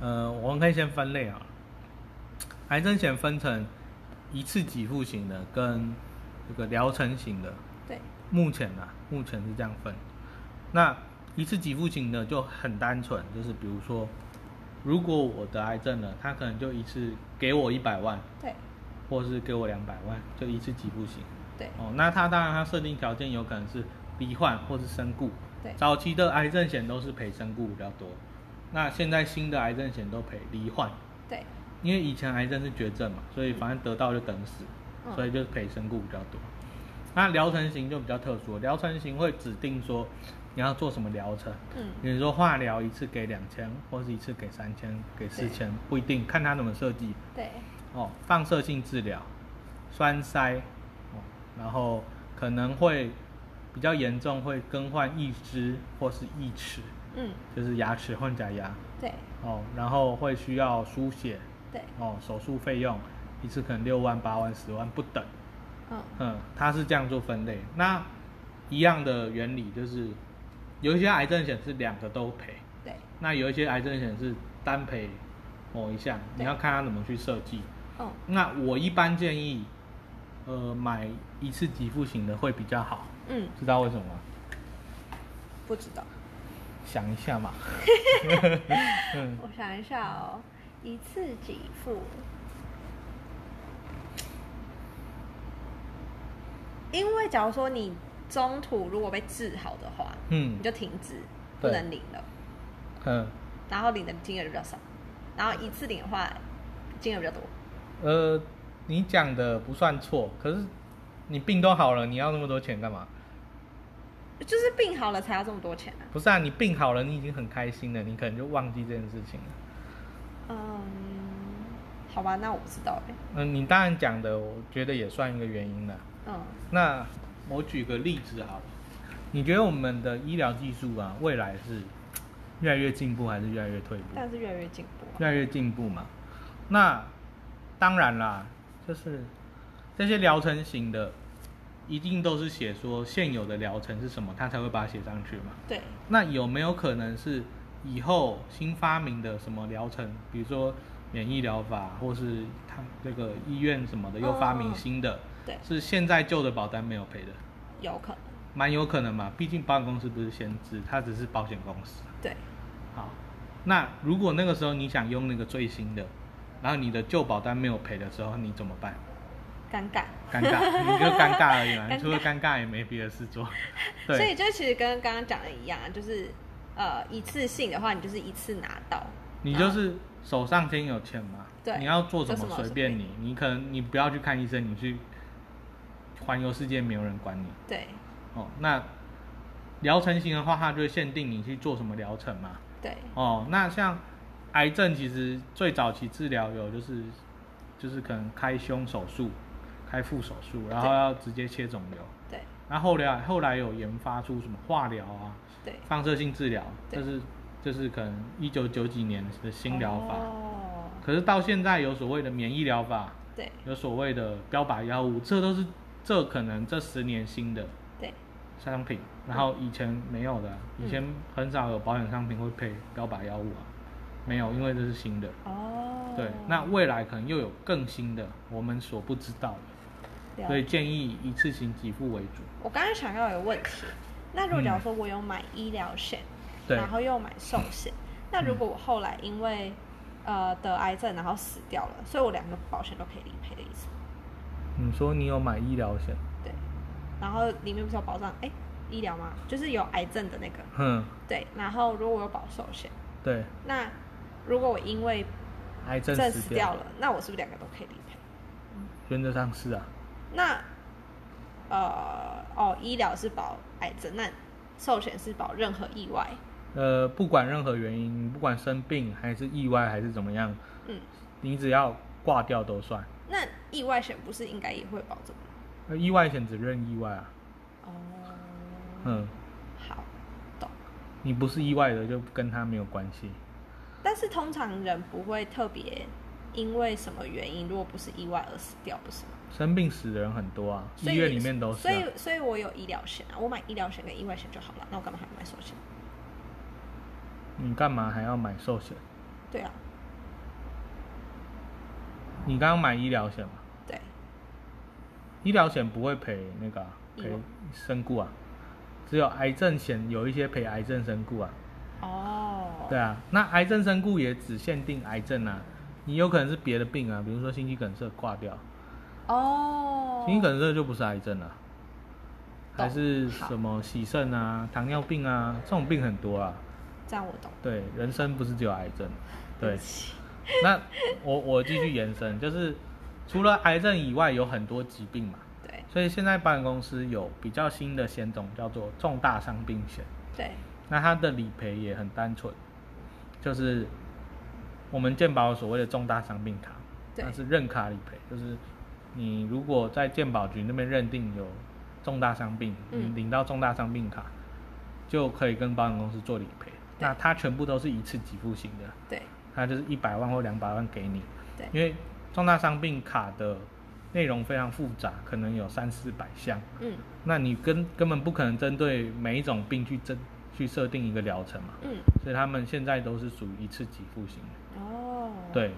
S1: 呃，我们可以先分类啊。癌症险分成一次给付型的跟这个疗程型的，
S2: 对
S1: 目前啊，目前是这样分。那一次给付型的就很单纯，就是比如说，如果我得癌症了，他可能就一次给我一百万，
S2: 对
S1: 或是给我两百万，就一次给付型。
S2: 对
S1: 哦，那他当然他设定条件有可能是罹患或是身故。
S2: 对
S1: 早期的癌症险都是赔身故比较多，那现在新的癌症险都赔罹患。
S2: 对
S1: 因为以前癌症是绝症嘛，所以反正得到就等死，
S2: 嗯
S1: 所以就是赔身故比较多。那疗程型就比较特殊，疗程型会指定说你要做什么疗程，
S2: 嗯
S1: 比如说化疗一次给两千，或是一次给三千、给四千，不一定看他怎么设计
S2: 对，
S1: 哦。放射性治疗、栓塞哦，然后可能会比较严重，会更换义肢或是义齿，
S2: 嗯
S1: 就是牙齿换假牙
S2: 对
S1: 哦，然后会需要输血
S2: 对，
S1: 哦，手术费用一次可能六万、八万、十万不等。
S2: 嗯
S1: 嗯，它是这样做分类。那一样的原理就是，有一些癌症险是两个都赔，
S2: 对，
S1: 那有一些癌症险是单赔某一项，你
S2: 对
S1: 要看它怎么去设计。
S2: 嗯
S1: 那我一般建议，呃，买一次给付型的会比较好，
S2: 嗯，
S1: 知道为什么吗？
S2: 不知道，
S1: 想一下嘛。嗯，
S2: 我想一下哦，一次给付。因为假如说你中途如果被治好的话，
S1: 嗯
S2: 你就停止，不
S1: 对
S2: 能领了，
S1: 嗯，
S2: 然后领的金额就比较少，然后一次领的话，金额比较多。
S1: 呃，你讲的不算错，可是你病都好了，你要那么多钱干嘛？
S2: 就是病好了才要这么多钱啊。
S1: 不是啊，你病好了，你已经很开心了，你可能就忘记这件事情了。
S2: 嗯，好吧，那我不知道哎、
S1: 嗯，你当然讲的，我觉得也算一个原因啦。
S2: 嗯
S1: 那我举个例子好了，你觉得我们的医疗技术啊，未来是越来越进步还是越来越退步？
S2: 但是越来越进步、啊。
S1: 越来越进步嘛。那当然啦，就是这些疗程型的，一定都是写说现有的疗程是什么，他才会把它写上去嘛。
S2: 对，
S1: 那有没有可能是以后新发明的什么疗程，比如说免疫疗法，或是他这个医院什么的又发明新的，
S2: 对
S1: 是现在旧的保单没有赔的，
S2: 有可能。
S1: 蛮有可能嘛。毕竟保险公司不是先知，它只是保险公司。
S2: 对，
S1: 好，那如果那个时候你想用那个最新的，然后你的旧保单没有赔的时候，你怎么办？
S2: 尴尬。
S1: 尴尬， 你就尴尬而已嘛，
S2: 尴
S1: 你
S2: 尬
S1: 除了尴尬也没别的事 做。对，
S2: 所以就其实跟刚刚讲的一样啊，就是呃一次性的话，你就是一次拿到。
S1: 你
S2: 然
S1: 就
S2: 后
S1: 是手上先有钱嘛，
S2: 对
S1: 你要做什
S2: 做
S1: 么
S2: 什么
S1: 随
S2: 随
S1: 便你，你可能你不要去看医生，你去环游世界没有人管你
S2: 对
S1: 哦。那疗程型的话，它就会限定你去做什么疗程嘛。
S2: 对
S1: 哦，那像癌症其实最早期治疗有就是就是可能开胸手术、开腹手术，然后
S2: 对
S1: 要直接切肿瘤。
S2: 对
S1: 那后来后来有研发出什么化疗啊、
S2: 对，
S1: 放射性治疗，
S2: 对
S1: 这是这是可能一九九几年的新疗法。
S2: 哦，
S1: 可是到现在有所谓的免疫疗法，
S2: 对
S1: 有所谓的标靶药物，这都是这可能这十年新的
S2: 对
S1: 商品，然后以前没有的，
S2: 嗯
S1: 以前很少有保险商品会配标靶药物啊，没有，因为这是新的。
S2: 嗯哦，
S1: 对，那未来可能又有更新的，我们所不知道的，
S2: 了
S1: 所以建议一次性给付为主。
S2: 我刚刚想要有问题，那如果假如说我有买医疗险，
S1: 对
S2: 然后又买寿险，那如果我后来因为呃得癌症然后死掉了，所以我两个保险都可以理赔的意思吗，
S1: 你说你有买医疗险？
S2: 对。然后里面不是有保障哎医疗吗？就是有癌症的那个，
S1: 哼，
S2: 对。然后如果我有保寿险，
S1: 对，
S2: 那如果我因为
S1: 癌症
S2: 症
S1: 死
S2: 死掉了，那我是不是两个都可以理赔？
S1: 原则上是啊，
S2: 那呃哦，医疗是保癌症，那寿险是保任何意外，
S1: 呃，不管任何原因，不管生病还是意外还是怎么样，
S2: 嗯。
S1: 你只要挂掉都算。
S2: 那意外险不是应该也会保这个吗？
S1: 呃意外险只认意外啊，
S2: 哦，
S1: 嗯，
S2: 好，懂。
S1: 你不是意外的就跟他没有关系。
S2: 但是通常人不会特别因为什么原因，如果不是意外而死掉，不是吗？
S1: 生病死的人很多啊，
S2: 所以
S1: 医院里面都是、
S2: 所
S1: 啊。
S2: 以，所以我有医疗险啊，我买医疗险跟意外险就好了，那我干嘛还要买寿险？
S1: 你干嘛还要买寿险？
S2: 对啊，
S1: 你刚刚买医疗险嘛？
S2: 对，
S1: 医疗险不会赔那个啊、
S2: 意
S1: 赔
S2: 外
S1: 身故啊，只有癌症险有一些赔癌症身故啊。
S2: 哦，
S1: 对啊，那癌症身故也只限定癌症啊，你有可能是别的病啊，比如说心肌梗塞挂掉，
S2: 哦，
S1: 心肌梗塞就不是癌症了、
S2: 懂
S1: 还是什么洗肾啊、糖尿病啊，这种病很多啊。
S2: 这样我懂，
S1: 对，人生不是只有癌症，对
S2: 不起，
S1: 那我我继续延伸，就是除了癌症以外，有很多疾病嘛，
S2: 对
S1: 所以现在保险公司有比较新的险种叫做重大伤病险，
S2: 对
S1: 那它的理赔也很单纯，就是我们健保所谓的重大伤病卡，
S2: 对
S1: 它是认卡理赔，就是你如果在健保局那边认定有重大伤病，
S2: 嗯
S1: 你领到重大伤病卡，就可以跟保险公司做理赔。
S2: 对
S1: 那它全部都是一次给付型的，
S2: 对
S1: 它就是一百万或两百万给你，
S2: 对
S1: 因为重大伤病卡的内容非常复杂，可能有三四百项，
S2: 嗯
S1: 那你根根本不可能针对每一种病去针去设定一个疗程嘛，
S2: 嗯
S1: 所以他们现在都是属于一次给付型的。
S2: 哦，
S1: 对，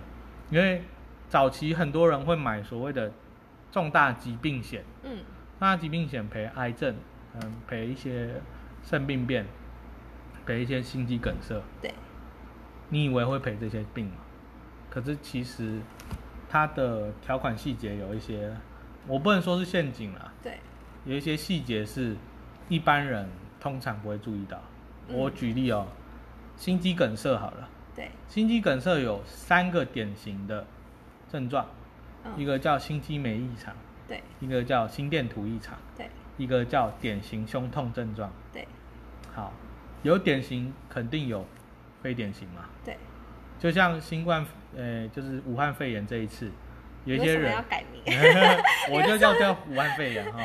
S1: 因为早期很多人会买所谓的重大疾病险，
S2: 嗯
S1: 重大疾病险赔癌症，嗯，赔一些肾病变，赔一些心肌梗塞，
S2: 对
S1: 你以为会赔这些病吗？可是其实它的条款细节有一些，我不能说是陷阱啦，
S2: 对
S1: 有一些细节是一般人通常不会注意到。
S2: 嗯
S1: 我举例哦，心肌梗塞好了，
S2: 对
S1: 心肌梗塞有三个典型的症状，
S2: 嗯
S1: 一个叫心肌酶异常，
S2: 对
S1: 一个叫心电图异常，
S2: 对
S1: 一个叫典型胸痛症状。
S2: 对
S1: 好，有典型肯定有非典型嘛，
S2: 对，
S1: 就像新冠，呃，就是武汉肺炎这一次，有一些
S2: 为什么
S1: 人，
S2: 要改名
S1: 我就叫叫武汉肺炎哈、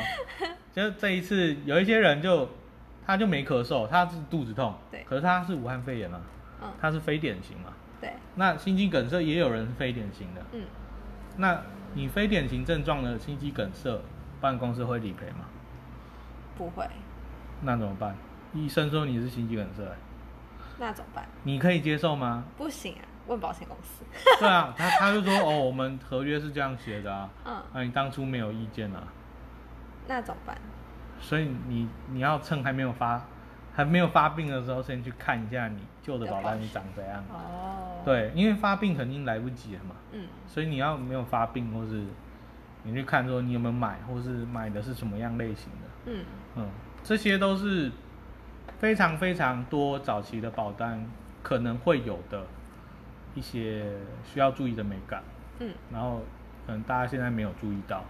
S1: 就这一次有一些人就他就没咳嗽，他是肚子痛，
S2: 对
S1: 可是他是武汉肺炎嘛，
S2: 嗯
S1: 他是非典型嘛，
S2: 对
S1: 那心肌梗塞也有人是非典型的，
S2: 嗯
S1: 那你非典型症状的心肌梗塞，保险公司会理赔吗？
S2: 不会，
S1: 那怎么办？医生说你是心肌梗塞、欸
S2: 那怎么办？
S1: 你可以接受吗？
S2: 不行啊，问保险公司。
S1: 对啊，他他就说哦，我们合约是这样写的啊，
S2: 嗯
S1: 啊，你当初没有意见啊，
S2: 那怎么办？
S1: 所以你你要趁还没有发还没有发病的时候，先去看一下你旧的保单是长怎样。
S2: 哦，，
S1: 嗯对，因为发病肯定来不及了嘛，
S2: 嗯
S1: 所以你要没有发病，或是你去看说你有没有买，或是买的是什么样类型的，
S2: 嗯
S1: 嗯，这些都是非常非常多早期的保单可能会有的一些需要注意的美感，
S2: 嗯，
S1: 然后可能大家现在没有注意到，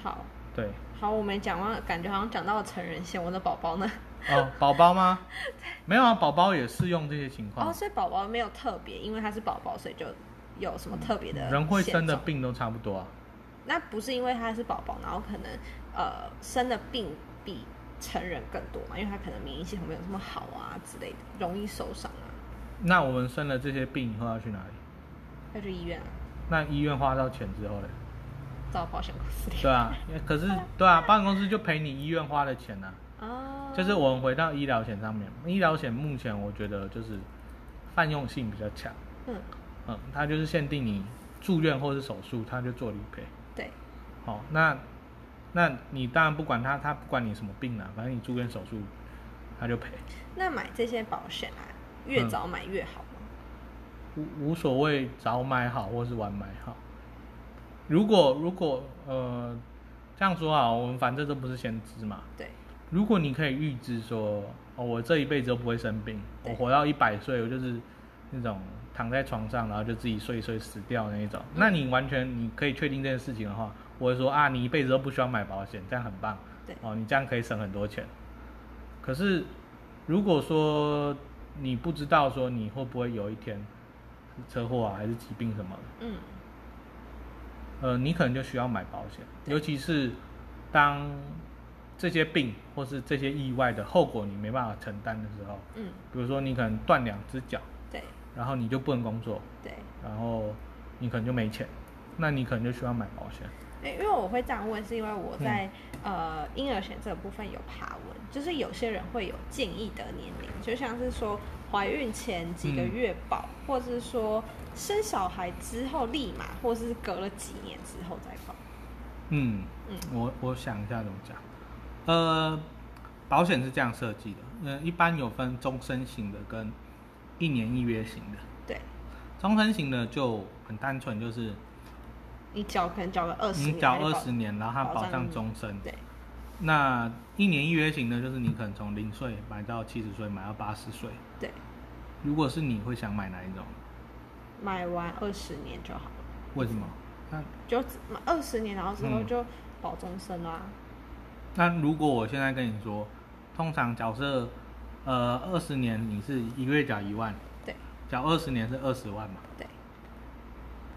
S2: 好
S1: 对，
S2: 好，我们讲完，感觉好像讲到了成人险，我的宝宝呢？
S1: 哦，宝宝 吗？没有啊，宝宝也适用这些情况。
S2: 哦，所以宝宝没有特别，因为他是宝宝，所以就有什么特别的
S1: 人会
S2: 险
S1: 生的
S2: 种？
S1: 病都差不多啊。
S2: 那不是因为他是宝宝，然后可能呃生的病比成人更多嘛？因为他可能免疫系统没有这么好啊之类的，容易受伤啊，
S1: 那我们生了这些病以后要去哪里？
S2: 要去医院啊，
S1: 那医院花到钱之后嘞？
S2: 找保险公司理
S1: 对啊，可是对啊，保险公司就赔你医院花的钱啊。
S2: 哦，
S1: 就是我们回到医疗险上面，医疗险目前我觉得就是泛用性比较强，
S2: 嗯，
S1: 嗯，它就是限定你住院或是手术，它就做理赔。
S2: 对
S1: 好、那那你当然不管它，它不管你什么病啦、反正你住院手术，它就赔。
S2: 那买这些保险啊，越
S1: 嗯
S2: 早买越好吗？
S1: 无无所谓早买好或是晚买好。如果如果呃这样说啊，我们反正都不是先知嘛。
S2: 对，
S1: 如果你可以预知说，哦，我这一辈子都不会生病，我
S2: 对
S1: 活到一百岁，我就是那种躺在床上，然后就自己睡一睡死掉那一种，
S2: 嗯
S1: 那你完全你可以确定这件事情的话，我会说啊，你一辈子都不需要买保险，这样很棒，
S2: 对
S1: 哦，你这样可以省很多钱。可是如果说你不知道说你会不会有一天车祸啊，还是疾病什么的，
S2: 嗯
S1: 呃，你可能就需要买保险，尤其是当这些病或是这些意外的后果你没办法承担的时候，
S2: 嗯，
S1: 比如说你可能断两只脚，
S2: 对
S1: 然后你就不能工作，
S2: 对。
S1: 然后你可能就没钱，那你可能就需要买保险。
S2: 因为我会这样问，是因为我
S1: 嗯
S2: 在、呃婴儿险这个部分有爬文，就是有些人会有建议的年龄，就像是说怀孕前几
S1: 嗯
S2: 个月保，或是说生小孩之后立马，或是隔了几年之后再保。
S1: 嗯，
S2: 嗯
S1: 我我想一下怎么讲。呃，保险是这样设计的，呃，一般有分终身型的跟一年一约型的。
S2: 对，
S1: 终身型的就很单纯，就是
S2: 你缴可能缴个二十年，
S1: 你缴
S2: 它就
S1: 二
S2: 保
S1: 十。年，然后它
S2: 保
S1: 保
S2: 障
S1: 障
S2: 你
S1: 终身。
S2: 对
S1: 那一年一约型的，就是你可能从零岁买到七十岁，买到八十岁。
S2: 对，
S1: 如果是你会想买哪一种？
S2: 买完二十年就好了，
S1: 为什么？那
S2: 就只买二十年，然后之后
S1: 嗯
S2: 就保终身啦、
S1: 那如果我现在跟你说，通常假设，呃，二十年你是一个月缴一万，
S2: 对
S1: 缴二十年是二十万嘛？
S2: 对，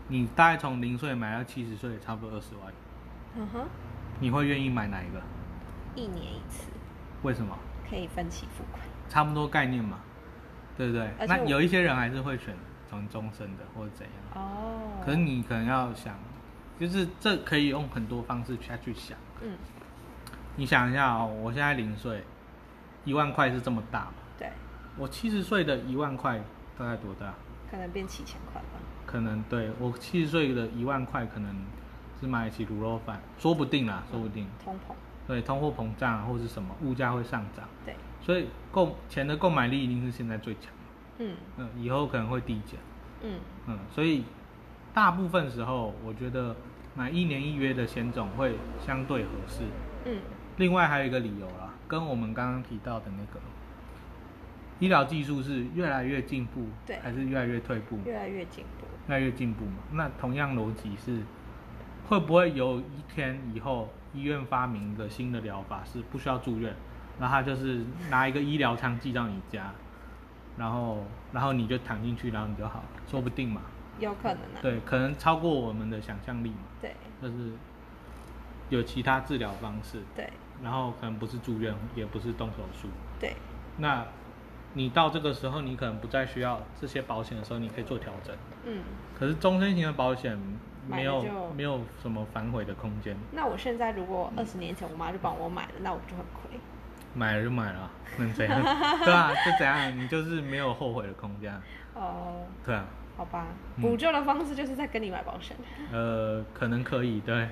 S1: 你大概从零岁买到七十岁，差不多二十万，
S2: 嗯哼，
S1: 你会愿意买哪一个？
S2: 一年一次，
S1: 为什么？
S2: 可以分期付款。
S1: 差不多概念嘛，对不对？
S2: 而且
S1: 那
S2: 我
S1: 有一些人还是会选从终身的或者怎样，
S2: 哦，
S1: 可是你可能要想，就是这可以用很多方式下去想。
S2: 嗯，
S1: 你想一下哦，我现在零岁，一万块是这么大嘛？
S2: 对，
S1: 我七十岁的一万块大概多大？
S2: 可能变七千块吧。
S1: 可能对我七十岁的一万块，可能是买得起卤肉饭，说不定啦，说不定。
S2: 通膨，
S1: 对，通货膨胀啊，或是什么物价会上涨，
S2: 对，
S1: 所以购钱的购买力一定是现在最强的，
S2: 嗯
S1: 嗯，以后可能会递减，
S2: 嗯，
S1: 嗯，所以大部分时候我觉得买一年一约的险种会相对合适。
S2: 嗯，
S1: 另外还有一个理由啦，跟我们刚刚提到的那个医疗技术是越来越进步，
S2: 对
S1: 还是越来越退步？
S2: 越来越进步。
S1: 越来越进步嘛。那同样逻辑是，会不会有一天以后医院发明一个新的疗法是不需要住院，然后他就是拿一个医疗舱寄到你家，然后然后你就躺进去，然后你就好了，说不定嘛。
S2: 有可能啊。
S1: 对，可能超过我们的想象力嘛，
S2: 对
S1: 就是有其他治疗方式，
S2: 对
S1: 然后可能不是住院，也不是动手术。
S2: 对
S1: 那你到这个时候，你可能不再需要这些保险的时候，你可以做调整。
S2: 嗯，
S1: 可是终身型的保险没
S2: 买了
S1: 有
S2: 就
S1: 没有什么反悔的空间，
S2: 那我现在如果二十年前我妈就帮我买了，那我就很亏。
S1: 买了就买了，啊能怎 样？对啊，就怎样，你就是没有后悔的空间，啊
S2: 哦，
S1: 对啊，
S2: 好吧，
S1: 嗯
S2: 补救的方式就是在跟你买保险，
S1: 呃，可能可以， 对，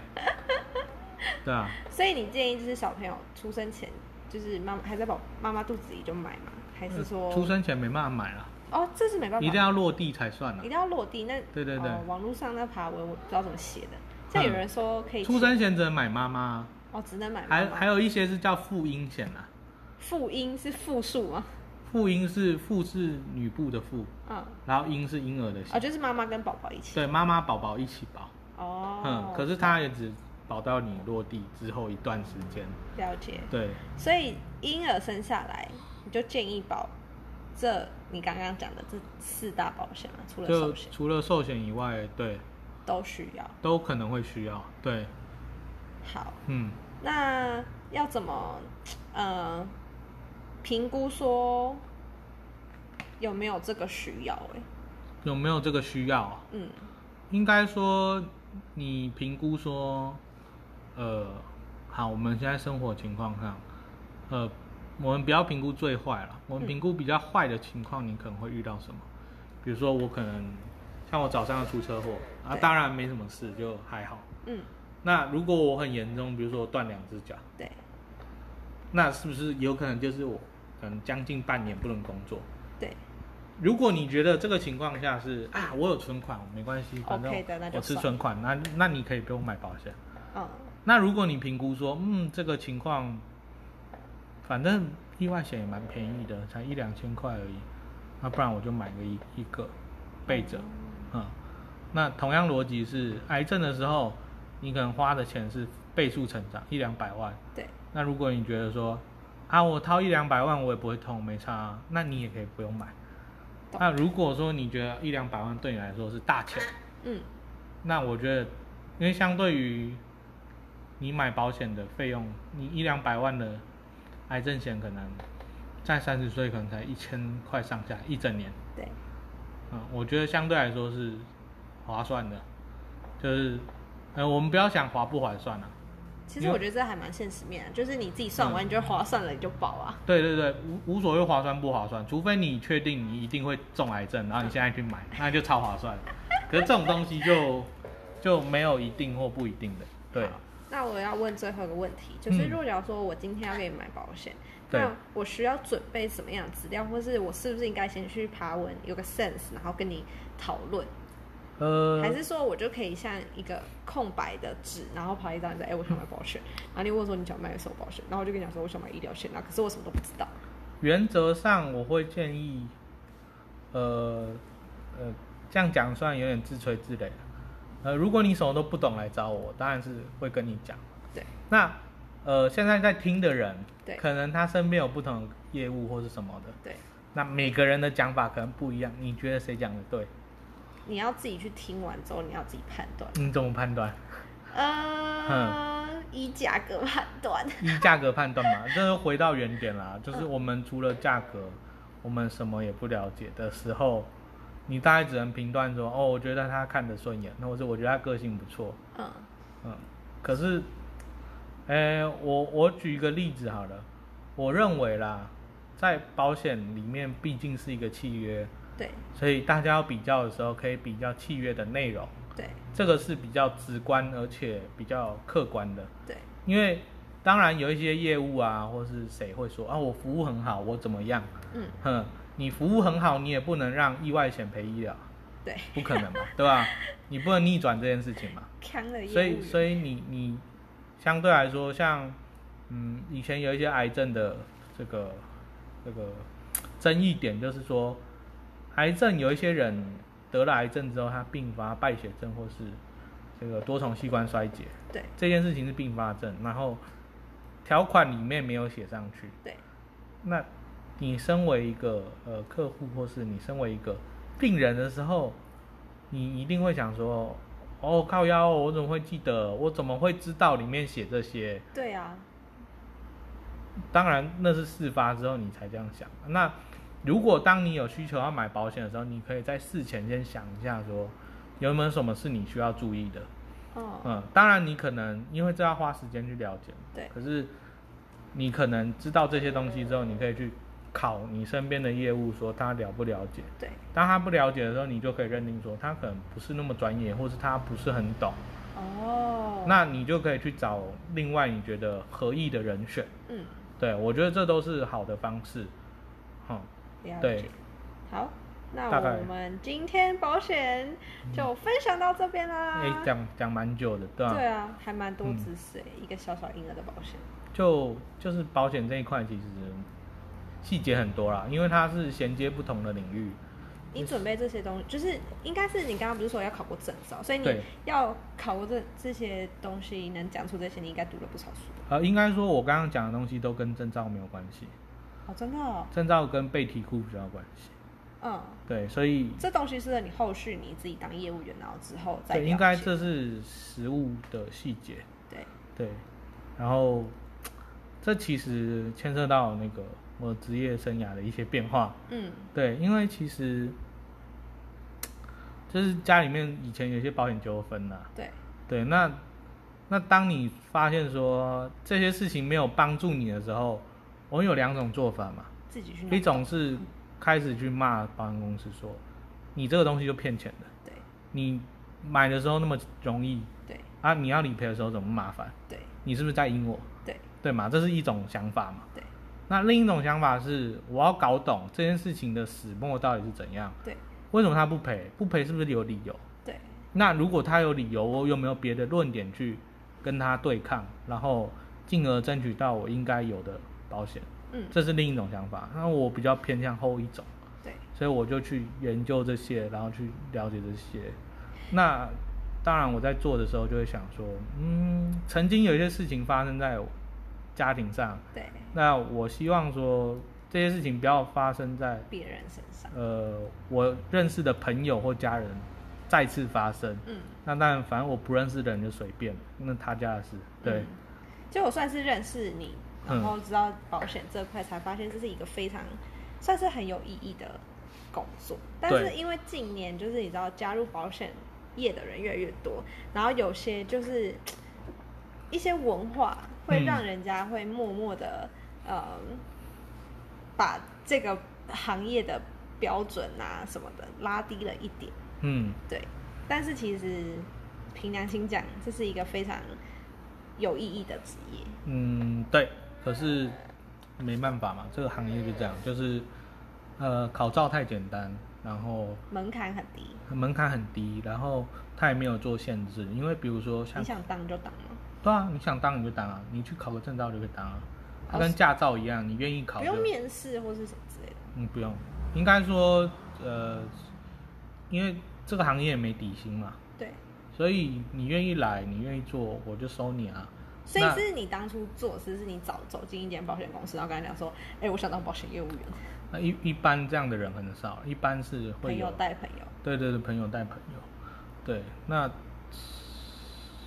S1: 对啊，
S2: 所以你建议就是小朋友出生前，就是妈妈还在宝妈妈肚子里就买吗？还是说、
S1: 呃出生前没办法买啊了，
S2: 哦，这是没办法，
S1: 一定要落地才算啊了
S2: 一定。要落地。那
S1: 对对对
S2: 哦网络上那爬文我不知道怎么写的，像有人说可以
S1: 出生前只能买妈妈，
S2: 哦，只能买
S1: 还
S2: 妈妈
S1: 还有一些是叫妇婴险啊，
S2: 父婴是复数吗？
S1: 妇婴是妇是女部的妇，
S2: 嗯，
S1: 然后婴是婴儿的
S2: 哦，
S1: 险，
S2: 就是妈妈跟宝宝一起。
S1: 对，妈妈宝宝一起保，
S2: 哦，
S1: 嗯，可是它也只保到你落地之后一段时间。
S2: 了解。
S1: 对，
S2: 所以婴儿生下来，你就建议保这你刚刚讲的这四大保险嘛，除了
S1: 就
S2: 寿险
S1: 除了寿险以外，对，
S2: 都需要。
S1: 都可能会需要。对，
S2: 好，
S1: 嗯，
S2: 那要怎么呃评估说有没有这个需要、欸？
S1: 有没有这个需要啊？
S2: 嗯，
S1: 应该说，你评估说，呃，好，我们现在生活情况上，呃，我们不要评估最坏了，我们
S2: 嗯
S1: 评估比较坏的情况，你可能会遇到什么？比如说，我可能像我早上要出车祸啊，
S2: 对
S1: 当然没什么事，就还好。
S2: 嗯，
S1: 那如果我很严重，比如说我断两只脚，
S2: 对，
S1: 那是不是有可能就是我可能将近半年不能工作？
S2: 对，
S1: 如果你觉得这个情况下是啊，我有存款，没关系，反正
S2: OK 的那就
S1: 我吃
S2: 算
S1: 存款，那那你可以不用买保险。
S2: 嗯，
S1: 那如果你评估说，嗯，这个情况，反正意外险也蛮便宜的，才一两千块而已，那不然我就买个一一个备着，
S2: 哦
S1: 嗯。那同样逻辑是，癌症的时候，你可能花的钱是倍数成长，一两百万，
S2: 对，
S1: 那如果你觉得说，啊，我掏一两百万我也不会痛，没差、啊，那你也可以不用买。
S2: 懂
S1: 那如果说你觉得一两百万对你来说是大钱，
S2: 嗯，
S1: 那我觉得，因为相对于你买保险的费用，你一两百万的癌症险可能在三十岁可能才一千块上下一整年，
S2: 对，
S1: 嗯，我觉得相对来说是划算的，就是，呃，我们不要想划不划算啊，
S2: 其实我觉得这还蛮现实面的，就是你自己算
S1: 嗯
S2: 完你就划算了，你就保啊。
S1: 对对对，无无所谓划算不划算，除非你确定你一定会中癌症，然后你现在去 买，那就超划算。可是这种东西就 就没有一定或不一定的，对
S2: 好。那我要问最后一个问题，就是
S1: 嗯
S2: 如果假如说我今天要给你买保险，
S1: 对
S2: 那我需要准备什么样的资料，或是我是不是应该先去爬文，有个 sense，然后跟你讨论，
S1: 呃
S2: 还，是说我就可以像一个空白的纸，然后跑一张说，哎、我想买保险，然后你问我说你想买什么保险，然后我就跟你讲说我想买医疗险，然后可是我什么都不知道。
S1: 原则上我会建议，呃呃，这样讲虽然有点自吹自擂啊，呃，如果你什么都不懂来找我，当然是会跟你讲。
S2: 对
S1: 那呃，现在在听的人，
S2: 对
S1: 可能他身边有不同的业务或是什么的，
S2: 对，
S1: 那每个人的讲法可能不一样。你觉得谁讲的对？
S2: 你要自己去听完之后，你要自己判断。
S1: 你怎么判断？
S2: 呃，以价格判断，
S1: 依价格判断嘛，这 就回到原点啦，就是我们除了价格，我们什么也不了解的时候，你大概只能评断说，哦，我觉得他看得顺眼，或者我觉得他个性不错，
S2: 嗯，
S1: 嗯，可是，呃，我我举一个例子好了，我认为啦，在保险里面毕竟是一个契约，
S2: 对
S1: 所以大家要比较的时候，可以比较契约的内容，
S2: 对
S1: 这个是比较直观而且比较客观的。
S2: 对
S1: 因为当然有一些业务啊，或是谁会说啊，我服务很好，我怎么样？
S2: 嗯
S1: 哼，你服务很好，你也不能让意外险赔医疗，
S2: 对，
S1: 不可能嘛，对吧？你不能逆转这件事情嘛。
S2: 康的业务
S1: 所以，
S2: 员
S1: 所以你你相对来说，像嗯，以前有一些癌症的这个这个争议点，就是说，癌症有一些人得了癌症之后，他并发败血症或是这个多重器官衰竭，
S2: 对
S1: 这件事情是并发症，然后条款里面没有写上去。
S2: 对
S1: 那你身为一个呃客户，或是你身为一个病人的时候，你一定会想说：“哦，靠腰，我怎么会记得？我怎么会知道里面写这些
S2: 对啊，？”
S1: 当然，那是事发之后你才这样想。那如果当你有需求要买保险的时候，你可以在事前先想一下说有没有什么是你需要注意的。
S2: 嗯
S1: 嗯，当然你可能因为这要花时间去了解嘛，
S2: 对
S1: 可是你可能知道这些东西之后，你可以去考你身边的业务，说他了不了解。
S2: 对
S1: 当他不了解的时候，你就可以认定说他可能不是那么专业，或是他不是很懂。
S2: 哦，
S1: 那你就可以去找另外你觉得合意的人选。
S2: 嗯
S1: 对我觉得这都是好的方式。嗯，
S2: 了
S1: 对
S2: 解，好。那
S1: 大概嗯
S2: 我们今天保险就分享到这边啦。
S1: 诶，讲讲蛮久的，对吧、
S2: 啊对啊，还蛮多
S1: 嗯
S2: 知识诶、一个小小婴儿的保险。
S1: 就就是保险这一块，其实细节很多啦，因为它是衔接不同的领域。
S2: 你准备这些东西，就是应该是你刚刚不是说要考过证照，所以你
S1: 对
S2: 要考过这这些东西，能讲出这些，你应该读了不少书。
S1: 呃，应该说我刚刚讲的东西都跟证照没有关系，
S2: 哦，真的、哦，
S1: 证照跟被题库比较有关系。
S2: 嗯，
S1: 对，所以
S2: 这东西是你后续你自己当业务员，然后之后再
S1: 对，应
S2: 了
S1: 该
S2: 解
S1: 这是实物的细节。
S2: 对
S1: 对，然后这其实牵涉到那个我职业生涯的一些变化。
S2: 嗯
S1: 对，因为其实就是家里面以前有一些保险纠纷呐、
S2: 对
S1: 对，那那当你发现说这些事情没有帮助你的时候，我们有两种做法嘛。
S2: 自己去弄
S1: 一种是开始去骂保险公司说，你这个东西就骗钱的，
S2: 对
S1: 你买的时候那么容易
S2: 对
S1: 啊，你要理赔的时候怎么麻烦？
S2: 对
S1: 你是不是在阴我？
S2: 对
S1: 对嘛，这是一种想法嘛。
S2: 对
S1: 那另一种想法是，我要搞懂这件事情的始末到底是怎样，
S2: 对
S1: 为什么他不赔？不赔是不是有理由？
S2: 对
S1: 那如果他有理由，我有没有别的论点去跟他对抗，然后进而争取到我应该有的保险？
S2: 嗯
S1: 这是另一种想法。那我比较偏向后一种，
S2: 对
S1: 所以我就去研究这些，然后去了解这些。那当然，我在做的时候就会想说，嗯，曾经有一些事情发生在我家庭上，
S2: 对
S1: 那我希望说这些事情不要发生在
S2: 别人身上，
S1: 呃我认识的朋友或家人再次发生。
S2: 嗯，
S1: 那当然，反正我不认识的人就随便，那他家的事。对，
S2: 嗯就我算是认识你，
S1: 嗯
S2: 然后知道保险这块，才发现这是一个非常算是很有意义的工作。但是
S1: 对
S2: 因为近年就是你知道加入保险业的人越来越多，然后有些就是一些文化会
S1: 嗯
S2: 让人家会默默的、呃把这个行业的标准啊什么的拉低了一点。
S1: 嗯，
S2: 对，但是其实凭良心讲，这是一个非常有意义的职业。
S1: 嗯，对，可是没办法嘛，这个行业就这样，就是呃，考照太简单，然后
S2: 门槛很低，
S1: 门槛很低，然后他也没有做限制，因为比如说像
S2: 你，想当就当嘛，
S1: 对啊，你想当你就当啊，你去考个证照就可以当啊，它
S2: 哦
S1: 跟
S2: 是
S1: 驾照一样，你愿意考
S2: 不
S1: 就
S2: 用面试或是什么之类的。
S1: 嗯，不用，应该说呃，因为这个行业也没底薪嘛，
S2: 对，
S1: 所以你愿意来，你愿意做，我就收你啊。
S2: 所以
S1: 那
S2: 是你当初做，是是你早走进一间保险公司，然后跟他讲说，哎、我想当保险业务员，
S1: 那一一般这样的人很少，一般是
S2: 朋
S1: 会有
S2: 友带朋友，
S1: 对对对，朋友带朋友，对，那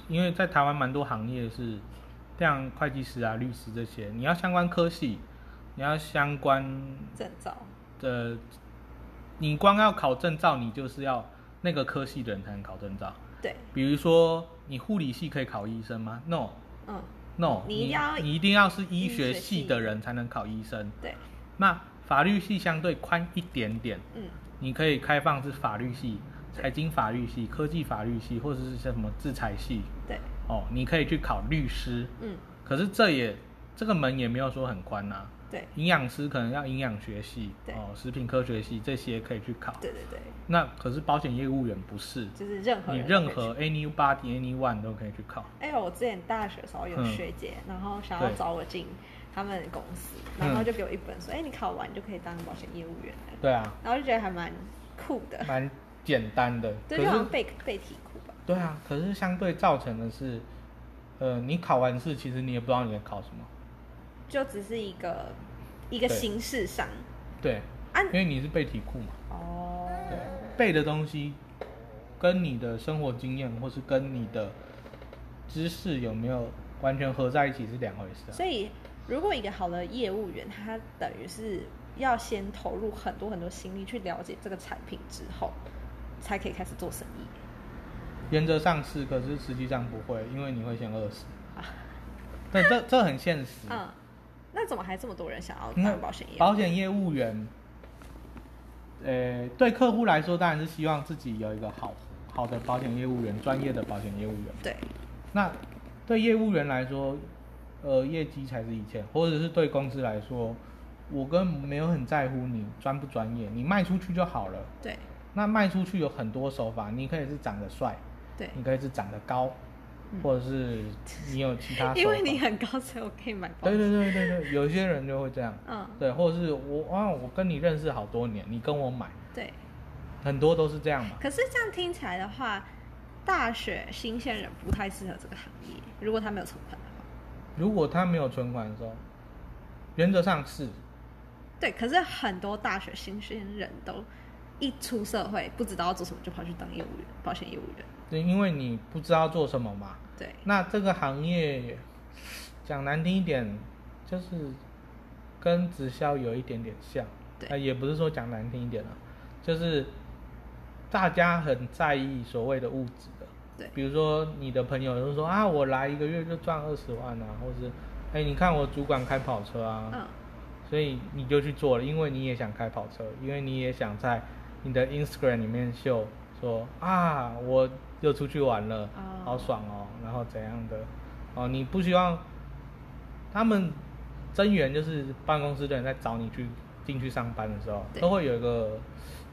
S1: 因为在台湾蛮多行业是，像会计师啊、律师这些，你要相关科系，你要相关
S2: 证照，
S1: 的，呃你光要考证照，你就是要那个科系的人才能考证照。
S2: 对，
S1: 比如说，你护理系可以考医生吗？No。
S2: 嗯，
S1: No，
S2: 你一定要
S1: 你一定要是医
S2: 医
S1: 学
S2: 学
S1: 系
S2: 系
S1: 的人才能考医生。
S2: 对，
S1: 那法律系相对宽一点点，
S2: 嗯，
S1: 你可以开放是法律系、财经法律系、科技法律系，或者是什么制裁系
S2: 对，
S1: 哦，你可以去考律师。
S2: 嗯，
S1: 可是这也这个门也没有说很宽啊。
S2: 对，
S1: 营养师可能要营养学系
S2: 对
S1: 哦，食品科学系这些可以去考。
S2: 对对对，
S1: 那可是保险业务员不是，
S2: 就是任何
S1: 你
S2: 人都
S1: 任
S2: 可以
S1: 何 anybody anyone 都可以去考。
S2: 哎呦，我之前大学的时候有
S1: 嗯
S2: 学姐，然后想要
S1: 对
S2: 找我进他们公司，
S1: 嗯
S2: 然后就给我一本说，哎、你考完就可以当保险业务员了，
S1: 对啊，
S2: 然后就觉得还蛮酷的，
S1: 蛮简单的。可
S2: 对，
S1: 是。
S2: 就好像背背题库吧，
S1: 对啊，可是相对造成的是，呃，你考完试，其实你也不知道你在考什么。
S2: 就只是一个一个
S1: 对
S2: 形式上，
S1: 对，
S2: 啊
S1: 因为你是背题库嘛，
S2: 哦，
S1: 对，背的东西跟你的生活经验或是跟你的知识有没有完全合在一起是两回事啊。
S2: 所以如果一个好的业务员，他等于是要先投入很多很多心力去了解这个产品之后，才可以开始做生意。
S1: 原则上是，可是实际上不会，因为你会先饿 死
S2: 啊。
S1: 但这这很现实。
S2: 嗯，那怎么还这么多人想要
S1: 因为
S2: 当保险业务？
S1: 保险业务员，呃，对客户来说当然是希望自己有一个好好的保险业务员，专业的保险业务员。
S2: 对，
S1: 那对业务员来说，呃，业绩才是一切，或者是对公司来说，我根本没有很在乎你专不专业，你卖出去就好了。
S2: 对，
S1: 那卖出去有很多手法，你可以是长得帅，
S2: 对。
S1: 你可以是长得高，
S2: 嗯
S1: 或者是你有其他手法。
S2: 因为你很高，所以我可以买保
S1: 对
S2: 险。
S1: 对对对对，有些人就会这样。
S2: 嗯，
S1: 对，或者是我啊，我跟你认识好多年，你跟我买，
S2: 对。
S1: 很多都是这样嘛。
S2: 可是这样听起来的话，大学新鲜人不太适合这个行业，如果他没有存款的话。
S1: 如果他没有存款的时候，原则上是，
S2: 对，可是很多大学新鲜人都一出社会不知道要做什么，就跑去当业务员、保险业务员。
S1: 对，因为你不知道做什么嘛。
S2: 对，
S1: 那这个行业讲难听一点，就是跟直销有一点点像，
S2: 对
S1: 呃也不是说讲难听一点啊，就是大家很在意所谓的物质的，
S2: 对
S1: 比如说你的朋友就说啊，我来一个月就赚二十万啊，或是哎，你看我主管开跑车啊，
S2: 嗯，
S1: 所以你就去做了，因为你也想开跑车，因为你也想在你的 Instagram 里面秀说啊，我又出去玩了，
S2: 哦
S1: 好爽哦，然后怎样的哦，你不希望他们增援就是办公室的人在找你去进去上班的时候，
S2: 对
S1: 都会有一个，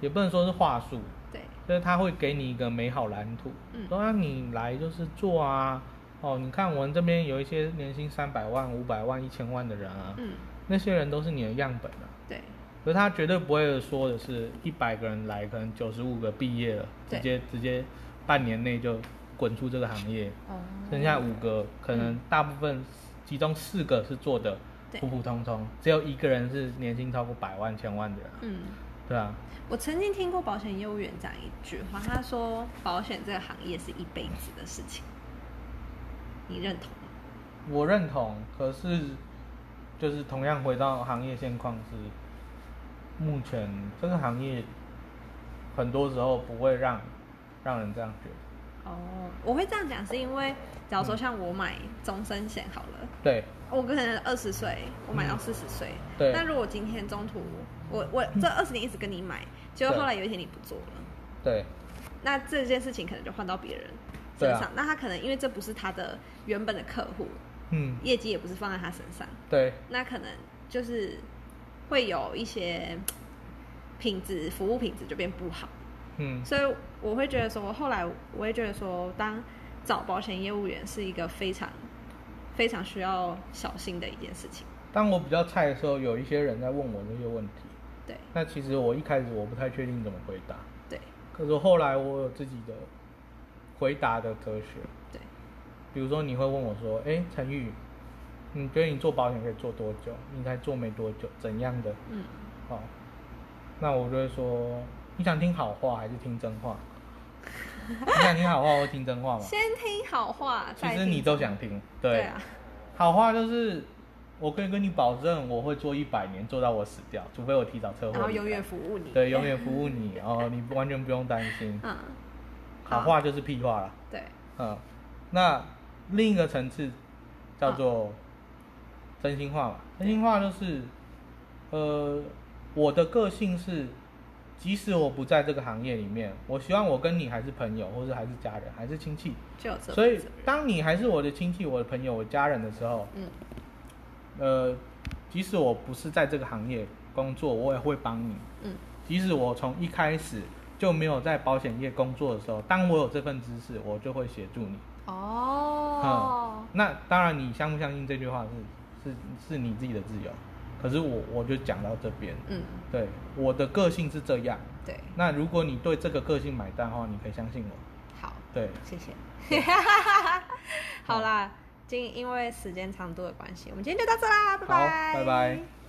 S1: 也不能说是话术，
S2: 对，
S1: 就是他会给你一个美好蓝图，
S2: 嗯
S1: 说让你来就是做啊，哦，你看我们这边有一些年薪三百万、五百万、一千万的人啊，
S2: 嗯，
S1: 那些人都是你的样本啊。
S2: 对，
S1: 可是他绝对不会说的是，一百个人来，可能九十五个毕业了，直
S2: 对
S1: 接直接半年内就滚出这个行业，
S2: 哦，
S1: 剩下五个，可能大部分其中四个是做的
S2: 对
S1: 普普通通，只有一个人是年薪超过百万、千万的人啊，
S2: 嗯。
S1: 对啊，
S2: 我曾经听过保险业务员讲一句话，他说：“保险这个行业是一辈子的事情。”你认同吗？
S1: 我认同。可是就是同样回到行业现况是，目前这个行业很多时候不会让让人这样觉得。
S2: 哦，我会这样讲是因为，
S1: 嗯
S2: 假如说像我买终身险好了，
S1: 对，
S2: 我可能二十岁我买到
S1: 嗯
S2: 四十岁，
S1: 对
S2: 那如果今天中途我我这二十年一直跟你买，结果
S1: 对
S2: 后来有一天你不做了，
S1: 对，
S2: 那这件事情可能就换到别人
S1: 对
S2: 身
S1: 啊
S2: 上，那他可能因为这不是他的原本的客户，
S1: 嗯，
S2: 业绩也不是放在他身上，
S1: 对。
S2: 那可能就是会有一些品质服务品质就变不好，
S1: 嗯
S2: 所以我会觉得说，后来我会觉得说，当找保险业务员是一个非常非常需要小心的一件事情。，
S1: 当我比较菜的时候，有一些人在问我这些问题，
S2: 对
S1: 那其实我一开始我不太确定怎么回答，
S2: 对，
S1: 可是后来我有自己的回答的哲学，
S2: 对，
S1: 比如说你会问我说，哎、陈宇，你觉得你做保险可以做多久？你才做没多久，怎样的？
S2: 嗯，
S1: 好，那我就会说，你想听好话还是听真话？你想听好话或听真话吗？
S2: 先听好话，
S1: 其
S2: 再
S1: 实
S2: 听
S1: 你都想听，对。
S2: 对啊，
S1: 好话就是，我可以跟你保证，我会做一百年，做到我死掉，除非我提早车祸。
S2: 然后永远服务你，
S1: 对，永远服务你，然 后你完全不用担心。
S2: 嗯，
S1: 好话就是屁话啦。
S2: 对，
S1: 嗯，那另一个层次叫做真心话嘛，
S2: 嗯
S1: 真心话就是，呃，我的个性是，即使我不在这个行业里面，我希望我跟你还是朋友，或者还是家人，还是亲戚。
S2: 就有这，
S1: 所以，当你还是我的亲戚、我的朋友、我家人的时候，
S2: 嗯，
S1: 呃，即使我不是在这个行业工作，我也会帮你。
S2: 嗯，
S1: 即使我从一开始就没有在保险业工作的时候，当我有这份知识，我就会协助你。
S2: 哦，
S1: 那当然，你相不相信这句话是是是你自己的自由。可是我我就讲到这边，
S2: 嗯，
S1: 对我的个性是这样。
S2: 对，
S1: 那如果你对这个个性买单的话，你可以相信我。
S2: 好，
S1: 对，
S2: 谢谢， 好啦，今因为时间长度的关系，我们今天就到这啦，拜
S1: 好
S2: 拜，
S1: 拜拜。